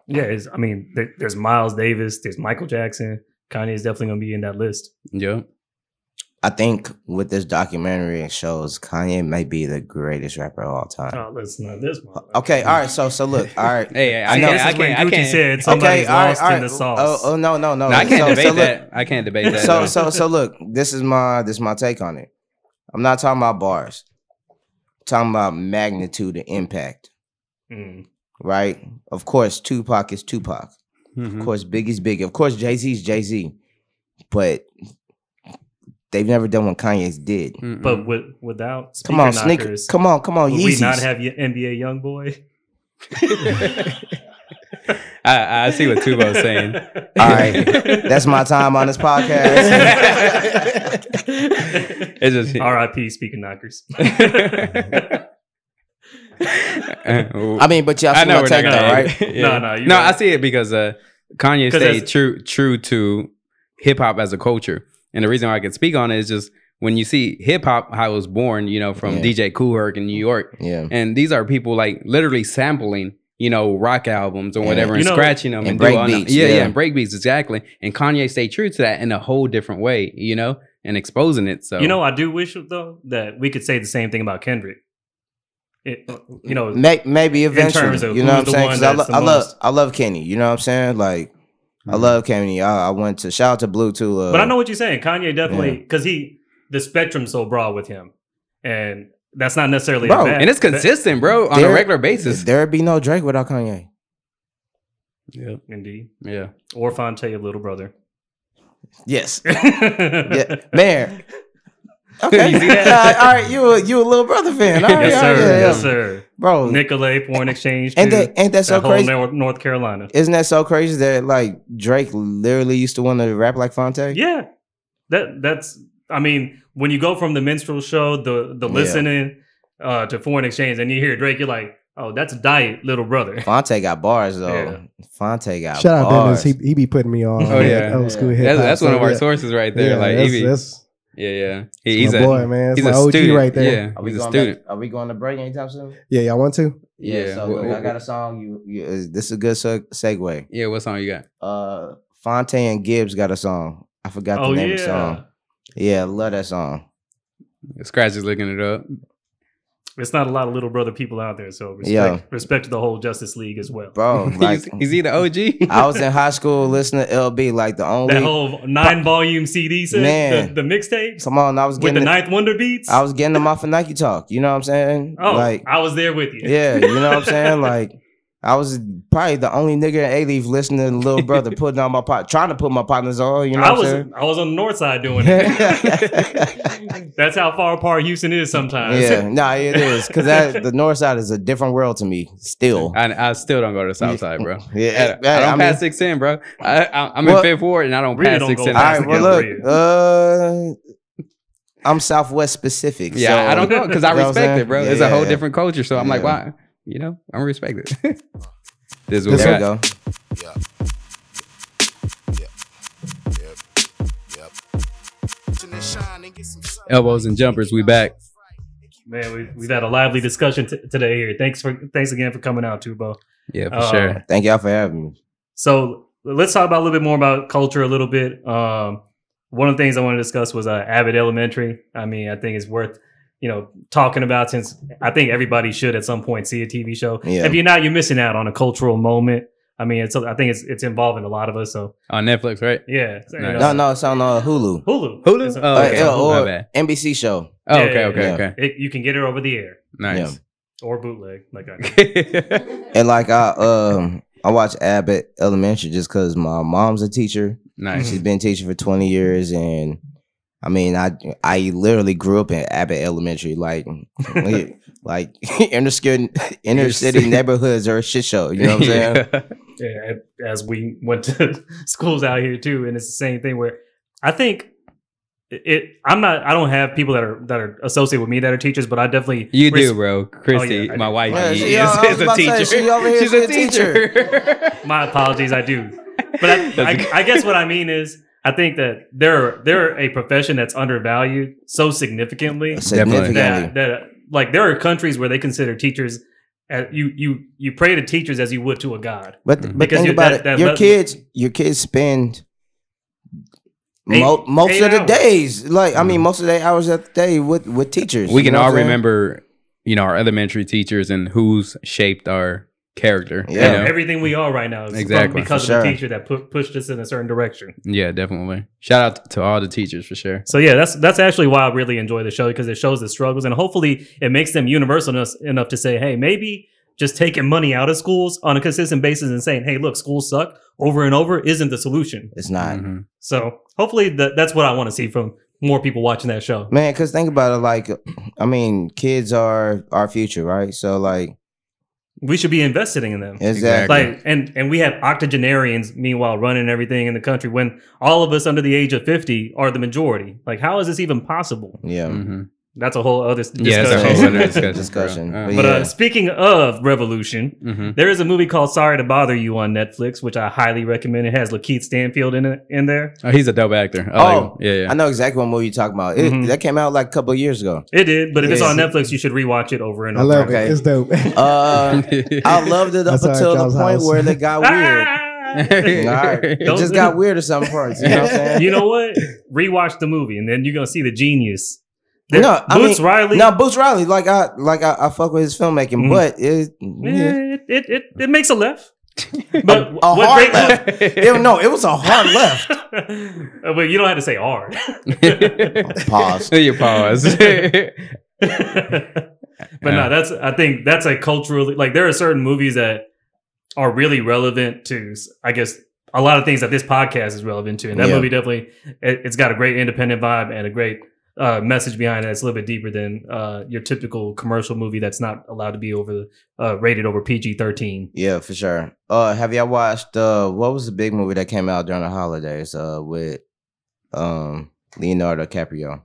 yeah. It's, I mean, there, there's Miles Davis. There's Michael Jackson. Kanye is definitely going to be in that list.
Yep.
I think with this documentary it shows Kanye may be the greatest rapper of all time.
Oh, let's not this one.
Uh, Okay, all right. So so look, all right.
Hey, I,
I know.
can't.
This
I
is when
can't. I
Gucci
can't.
said somebody's
Okay, all right,
lost
all right.
in the sauce.
Oh, oh no no no.
No, I can't
so,
debate
so look,
that. I can't debate that.
So
though.
so so look, this is my this is my take on it. I'm not talking about bars. I'm talking about magnitude and impact,
Mm.
right? Of course, Tupac is Tupac. Of
Mm-hmm.
Mhm.
course, Biggie's Biggie. Of course, Jay Z's Jay Z. But they've never done what Kanye's did.
Mm-mm.
But with, without
Mm. Come on,
sneaker
sneaker.
knockers,
Come on, come on,
would we not
Yeezys.
have your NBA young boy?
I, I see what Tubo's saying.
All right, that's my time on this podcast.
It's just
R.I.P. Speaking knockers.
I mean, but y'all
I know
still
we're
take
not
that,
gonna-
right?
Yeah.
No, no, you're
no. I
right.
see it because uh, Kanye
'Cause
stayed
that's-
true, true to hip hop as a culture, and the reason why I can speak on it is just when you see hip hop how it was born, you know, from
Yeah.
DJ Kool Herc in New York,
Yeah.
and these are people like literally sampling, you know, rock albums or
Yeah.
whatever,
You
and
know-
scratching them
And
and, doing
break
all that.
beats,
yeah,
yeah.
yeah, and break beats exactly. And Kanye stayed true to that in a whole different way, you know, and exposing it. So
You know, I do wish though that we could say the same thing about Kendrick. It, you know,
May- maybe eventually.
terms of
you know what I'm
who's the
saying?
one
'Cause I,
that's the
lo- I love
most-
I love Kenny. You know what I'm saying? Like I
Mm-hmm.
love Kenny. I, I went to shout out to Blue too. Uh,
but I know what you're saying. Kanye definitely
Yeah.
because he the spectrum's so broad with him, and that's not necessarily
Bro,
a bad,
and it's
bad-
consistent, bro, on
There-
a regular basis.
there'd be no Drake without Kanye.
Yeah,
indeed.
yeah.
Or Fonte, your little brother.
Yes.
yeah.
Yeah. Man. Okay.
You see
Yeah,
that?
all right. You a, you a little brother fan. All right,
Yes,
all
sir.
right, yeah,
Yes,
yeah.
sir.
Bro.
Nicolay Foreign Exchange.
ain't
too.
that ain't that so
that whole
crazy?
Nor- North Carolina.
Isn't that so crazy that like Drake literally used to want to rap like Fonte?
Yeah, that that's. I mean, when you go from the minstrel show, the the
Yeah.
listening uh, to foreign exchange, and you hear Drake, you're like, oh, that's diet, little brother.
Fonte got bars though.
Yeah.
Fonte got
Shout out
bars.
Dennis. He, he be putting me on.
Oh, yeah.
Old school hip
That's,
hop.
that's one
so,
of our
yeah.
sources right there.
Yeah,
like,
that's,
he be-
that's
yeah, yeah.
my
He- he's a
boy, man. That's
he's
my
a
OG
student
right there. Yeah,
Yeah,
Are we
he's a
going
student.
Back, are we going to break anytime soon?
y'all want to?
Yeah.
So
Wh-
look, I
wh-
got a song. You, you is- this is a good seg- segue.
yeah. What song you got?
Uh, Fonte and Gibbs got a song. I forgot the
Oh
name
yeah,
of the song. Yeah, love that song.
Scratch is looking it up.
it's not a lot of little brother people out there, so respect,
Yeah.
respect to the whole Justice League as well.
Bro, like um,
Is- is he the OG?
I was in high school listening to LB like the only
that whole nine volume CD set,
Man.
the, the mixtapes
come on, I was
with
getting
the
it-
Ninth Wonder beats.
I was getting them off of Nike Talk. You know what I'm saying?
oh,
like
I was there with you.
yeah, you know what I'm saying? Like I was probably the only nigga in A Leaf listening to Lil Brother putting on my pot, trying to put my partners on. You know
I
what
was
I'm
I was on the north side doing
saying?
it. That's how far apart Houston is sometimes.
yeah, nah, it is because that the North Side is a different world to me still.
I, I still don't go to the South Side, bro.
Yeah, eh,
I don't
I mean-
pass six ten, bro. I, I, I'm
Well-
in fifth ward and I don't
Really
pass
don't
six
go
ten.
All
past
right,
the
well, look, uh, I'm Southwest specific.
yeah,
so-
I don't know because
You
I
know what I'm
respect
saying?
it, bro. it's a
Yeah.
whole different culture, so I'm like,
Yeah.
why? You know, I'm respected. this is what we
There we
got.
go.
Yep. Yep. Yep. Yep.
Elbows and jumpers, we back.
Man, we, we've had a lively discussion t- today here. Thanks for thanks again for coming out, Tubo.
Yeah, for
Uh,
sure.
Thank y'all for having me.
So let's talk about a little bit more about culture a little bit. Um, one of the things I want to discuss was uh, Abbott Elementary. I mean, I think it's worth you know talking about since I think everybody should at some point see a TV show.
Yeah.
If you're not, you're missing out on a cultural moment. I mean, it's I think it's it's involving a lot of us. So
On Netflix, right?
yeah, So, you
Nice.
No,
know,
no, it's on uh, Hulu.
Hulu,
Hulu.
It's a-
Oh,
Uh,
okay.
yeah,
My
or-
bad.
NBC show.
Oh,
Yeah,
okay,
yeah,
okay,
yeah.
okay.
It, you can get it over the air
Nice.
or bootleg, like I.
And like I um I watch Abbott Elementary just because my mom's a teacher.
nice.
She's been teaching for twenty years, and I mean I I literally grew up in Abbott Elementary, like we- like inner city inner city
city.
neighborhoods are a shit show. You know what I'm saying?
Yeah.
Yeah, as we went to schools out here too, and it's the same thing where I think it. I'm not. I don't have people that are that are associated with me that are teachers, but I definitely
You
res-
do, bro. Christy,
Oh, I
my
do.
wife,
Yeah,
is,
she- I was
is a
about to say,
teacher.
she over here
She's
is
a
a
teacher.
My apologies, I do. But I,
That's
I,
okay.
I guess what I mean is, I think that they're they're a profession that's undervalued so significantly
Significantly.
that that like there are countries where they consider teachers. uh you you you pray to teachers as you would to a god.
But
Mhm.
but
Because
think
you-
about
that-
it.
that
your
le-
kids, your kids spend mo-
Eight-
most
eight
of the
hours.
days, like I mean, most of the hours of the day with with teachers.
Mm. we
you
can
know what
all
I'm saying?
remember, you know, our elementary teachers and who's shaped our character. you
Yeah.
know?
Everything we are right now is from-
Exactly.
because
For
of a
sure.
teacher that pu- pushed us in a certain direction.
yeah, definitely. Shout out to all the teachers for sure.
So yeah, that's that's actually why I really enjoy the show because it shows the struggles and hopefully it makes them universal enough, enough to say, hey, maybe just taking money out of schools on a consistent basis and saying, hey, look, schools suck over and over isn't the solution.
It's not
Mm-hmm.
Mhm.
So hopefully that that's what I want to see from more people watching that show.
man. Because think about it. Like I mean, kids are our future, right? So like
We should be investing in them.
exactly.
Like and and we have octogenarians meanwhile running everything in the country when all of us under the age of 50 are the majority. Like how is this even possible?
yeah.
Mhm.
That's a whole other s-
Yeah, that's a whole
discussion.
other discussion.
Discussion,
bro. Uh,
but
but
Yeah.
uh, speaking of Revolution,
mhm.
there is a movie called Sorry to Bother You on Netflix, which I highly recommend. It has Lakeith Stanfield in it, in there.
Oh, he's a dope actor. I like
Oh.
him. yeah, Mm-hmm. yeah.
I know exactly what movie you're talking about. It,
Mhm.
That came out like a couple of years ago.
It did, but if it's
Yeah.
on Netflix, you should rewatch it over and
I
over.
love
Okay.
it. It's dope.
Uh, I loved it up
That's our
until the
Jaws
point
house.
where they got weird.
Ah!
All right. It
Don't-
just got weird at some parts. You know what I'm saying?
you know what? Rewatch the movie, and then you're gonna see the genius. There-
No, I
Boots
mean-
Riley.
No, Boots Riley, like I like I, I fuck with his filmmaking,
Mhm.
but it, yeah.
Eh, it, it, it, it makes a left. But
a
what
hard
great
left. It- no, it was a hard left.
Uh, but you don't have to say hard.
Pause.
Your pause.
but
Yeah.
no, that's I think that's a culturally like there are certain movies that are really relevant to I guess a lot of things that this podcast is relevant to, and that
Yeah.
movie definitely it, it's got a great independent vibe and a great uh, message behind it. It's a little bit deeper than uh, your typical commercial movie that's not allowed to be over uh, rated over PG thirteen.
Yeah, for sure. Uh, have y'all watched uh, what was the big movie that came out during the holidays? Uh, with um Leonardo DiCaprio.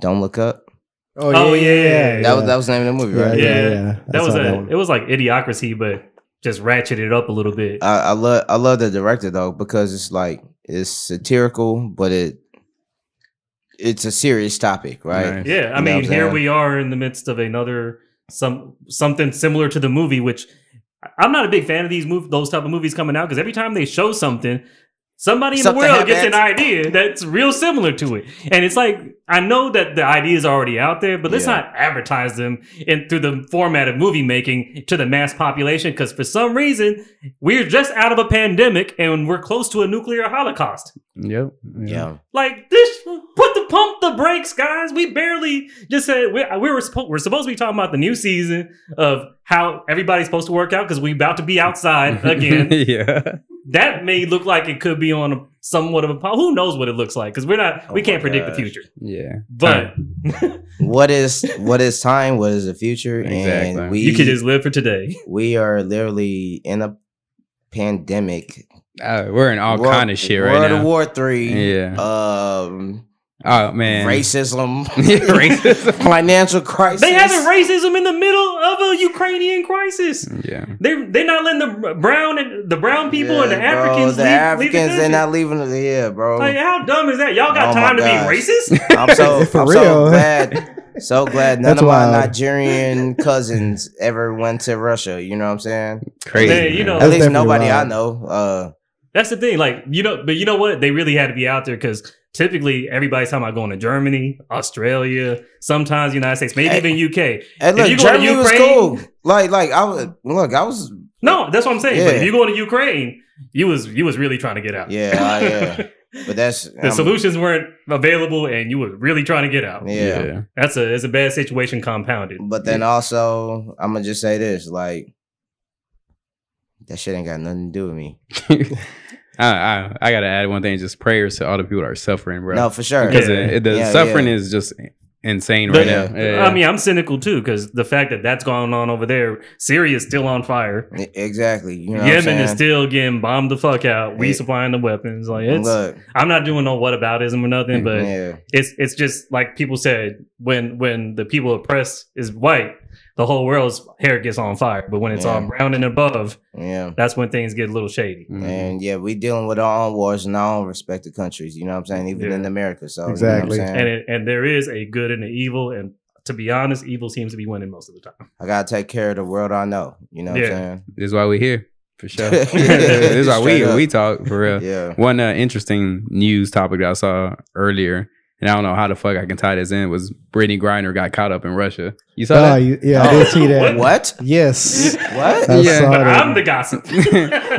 Don't look up.
Oh, yeah, yeah,
That was that was the name of the movie, right?
yeah.
I
That was
saw
a
one.
it was like idiocracy, but just ratcheted it up a little bit.
I, I love I love the director though because it's like it's satirical, but it it's a serious topic, right?
Nice.
Yeah, I
You know
mean,
what I'm
here
saying?
we are in the midst of another some something similar to the movie, which I- I'm not a big fan of these move those type of movies coming out because every time they show something, somebody in
Something
the world gets an
happens.
idea that's real similar to it, and it's like I know that the idea is already out there, but let's
Yeah.
not advertise them in through the format of movie making to the mass population because for some reason we're just out of a pandemic and we're close to a nuclear holocaust.
Yep.
Yeah.
Like this, put the pump the brakes, guys. We barely just said we, we were supposed we're supposed to be talking about the new season of how everybody's supposed to work out because we about to be outside again.
yeah.
that may look like it could be on a, somewhat of a po- who knows what it looks like because we're not we
Oh
can't
my
predict
gosh.
the future.
Yeah.
But
What is what is time? What is the future?
Exactly.
And we
you can just live for today.
we are literally in a pandemic.
Uh, we're in all
World-
kind of shit right
World
now.
War Three.
Yeah.
Um,
Oh man.
racism,
Racism.
financial crisis.
They having racism in the middle of a Ukrainian crisis.
yeah.
They're they're not letting the brown and the brown people and the
Yeah, bro,
Africans
the
leave,
Africans,
leave the
they're
country.
not leaving. the- Yeah, bro.
Like, how dumb is that? Y'all got
Oh my
time to be
gosh.
racist?
I'm so
For
I'm
real.
so glad. So glad none
That's
of
wild.
my Nigerian cousins ever went to Russia. You know what I'm saying?
Crazy.
Man, you know-
At
That's
least
definitely
nobody I
wild.
know. Uh,
That's the thing. Like, you know, but you know what? They really had to be out there because typically everybody's talking about going to Germany, Australia, sometimes United States, maybe
Hey.
even UK.
and
If
look,
you go to
Germany was
Ukraine-
cool. Like, like I was. Look, I was.
No, that's what I'm saying. But if
Yeah.
you go to Ukraine, you was you was really trying to get out.
Yeah, I, yeah. But that's
the
I'm-
solutions weren't available, and you were really trying to get out.
Yeah.
That's a it's a bad situation compounded.
But then also, I'm gonna just say this: like, that shit ain't got nothing to do with me.
I, I I gotta add one thing. Just prayers to all the people that are suffering, bro.
No, for sure.
because
Yeah.
it- the
Yeah,
suffering
yeah.
is just insane
The-
right now. Yeah,
I mean, I'm cynical too because the fact that that's going on over there, Syria's still on fire.
E- Exactly. You know what I'm
Yemen is
saying?
still getting bombed the fuck out. We
Yeah.
supplying the weapons. Like it's
Look,
I'm not doing no whataboutism or nothing, but
yeah,
it's it's just like people said when when the people oppressed is white, the whole world's hair gets on fire. But when it's
Yeah.
all brown and above,
yeah,
that's when things get a little shady.
Mhm.
and yeah, we dealing with our own wars in our own respective countries. You know what I'm saying? Even
Yeah.
in America. So
Exactly.
You know what I'm
And
saying?
it, and there is a good and an evil, and to be honest, evil seems to be winning most of the time.
I gotta take care of the world I know. You know
Yeah.
what I'm
this is why we here for sure.
Yeah,
this is why we
straight up.
we talk for real.
saying? Yeah.
One uh, interesting news topic that I saw earlier, and I don't know how the fuck I can tie this in, was Brittany Griner got caught up in Russia. You saw
Oh,
that?
you, yeah, I did see that.
What?
Yes.
What?
I
Yeah.
saw
But
that.
I'm the gossip.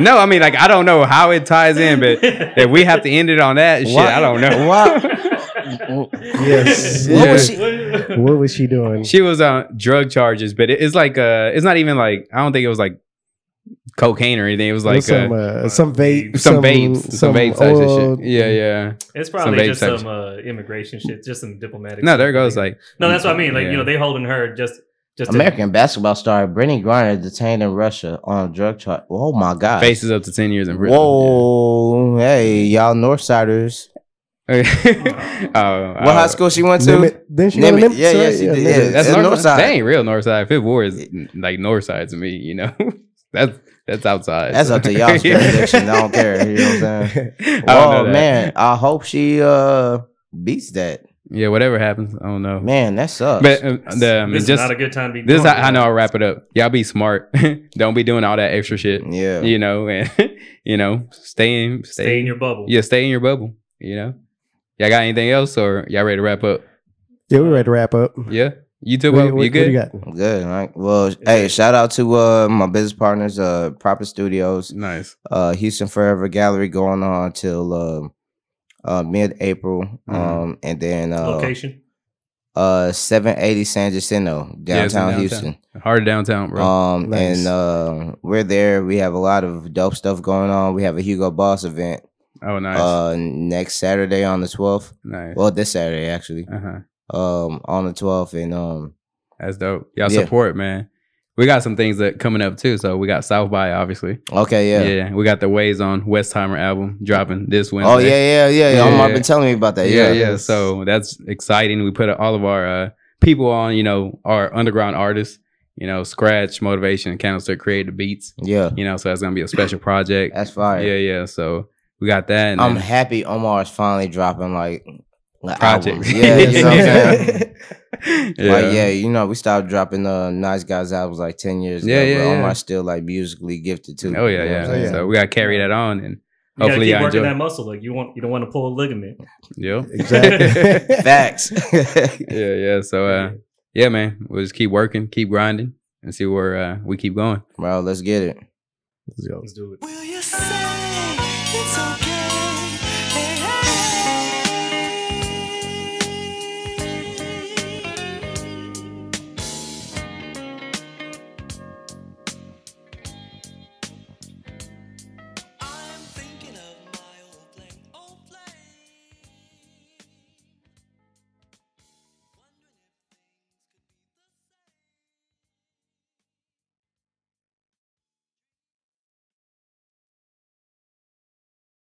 no, I mean, like, I don't know how it ties in, but if we have to end it on that shit,
Why-
I don't know.
Why?
Yes.
What was
What was she doing?
She was on drug charges, but it, it's like, uh, it's not even like, I don't think it was like cocaine or anything. It was
It was
like
some
uh,
uh, some vape,
some, babes, some, babes type
oil-
of shit. Yeah, yeah.
It's
Some
probably
vague
just
types.
some uh, immigration shit, just some diplomatic.
No,
shit.
there goes like,
No, that's what I mean. Like
Yeah.
you know, they holding her just just to-
American basketball star Brittany Griner detained in Russia on a drug charge. Oh my god.
Oh, faces up to 10 years in prison.
Whoa, hey, y'all Northsiders.
uh, Oh,
What high school she went to?
Nimitz- Then she
Nimitz,
Nimitz,
yeah, yeah, she did, yeah.
That's
It's
north,
Northside.
That ain't real Northside. Fifth Ward is like Northside to me. You know, that's that's outside.
That's up to y'all's jurisdiction. I don't care. You know what I'm saying?
saying?
Oh man, I hope she uh beats that.
Yeah, whatever happens, I don't know.
Man, that sucks.
But um, the, um,
this is
just
not a good time to be.
this,
drunk,
I, I
man.
know. I'll wrap it up. Y'all be smart. don't be doing all that extra shit.
yeah.
You know, and you know, stay in, stay,
Stay in your bubble.
yeah, stay in your bubble. You know, y'all got anything else, or y'all ready to wrap up?
Yeah, we're ready to wrap up.
Yeah, you too.
What-
Bo?
what- what
you good?
you got?
I'm Good. All right. Well, hey, shout out to uh my business partners, uh Proper Studios,
Nice.
uh Houston Forever Gallery going on till um uh mid April.
Mhm.
Um and then uh
Location.
uh seven eighty San Jacinto,
Yeah, it's in
downtown
downtown,
Houston.
Hard downtown, bro.
Um
Nice.
and uh we're there. We have a lot of dope stuff going on. We have a Hugo Boss event
oh, nice.
uh next Saturday on the twelfth.
nice.
Well this Saturday actually.
Uh huh.
Um on the twelfth and um
That's dope. Y'all
Yeah.
support, man. We got some things that coming up too. So we got South by, obviously.
okay,
Yeah.
yeah.
we got the Ways on Westheimer album dropping this Wednesday.
Oh yeah, yeah, yeah, yeah.
Yeah.
Omar been telling me about that.
yeah,
Yeah,
yeah. So that's exciting. We put all of our uh, people on, you know, our underground artists, you know, Scratch, Motivation, Candlestick, Create the Beats,
yeah.
you know, so that's going to be a special project.
That's fire.
Yeah, yeah. So we got that. And
I'm
then-
happy Omar's finally dropping like, like
project.
albums. Yeah, you know what I'm saying?
Yeah.
Like, yeah, you know, we stopped dropping uh nice guys albums like ten years
Yeah,
ago.
yeah,
but
yeah.
Omar's still like musically gifted too.
Oh, yeah,
You know what
yeah.
I'm saying?
saying?
So we got to carry that on. And
You gotta
hopefully
keep
y'all
working
enjoy.
that muscle. Like you want, you don't want to pull a ligament.
Yep.
Exactly.
Facts.
yeah, yeah. So uh yeah, man. We'll just keep working, keep grinding, and see where uh we keep going.
Bro, let's get it.
Let's go.
Let's do it.
Will you say it's okay?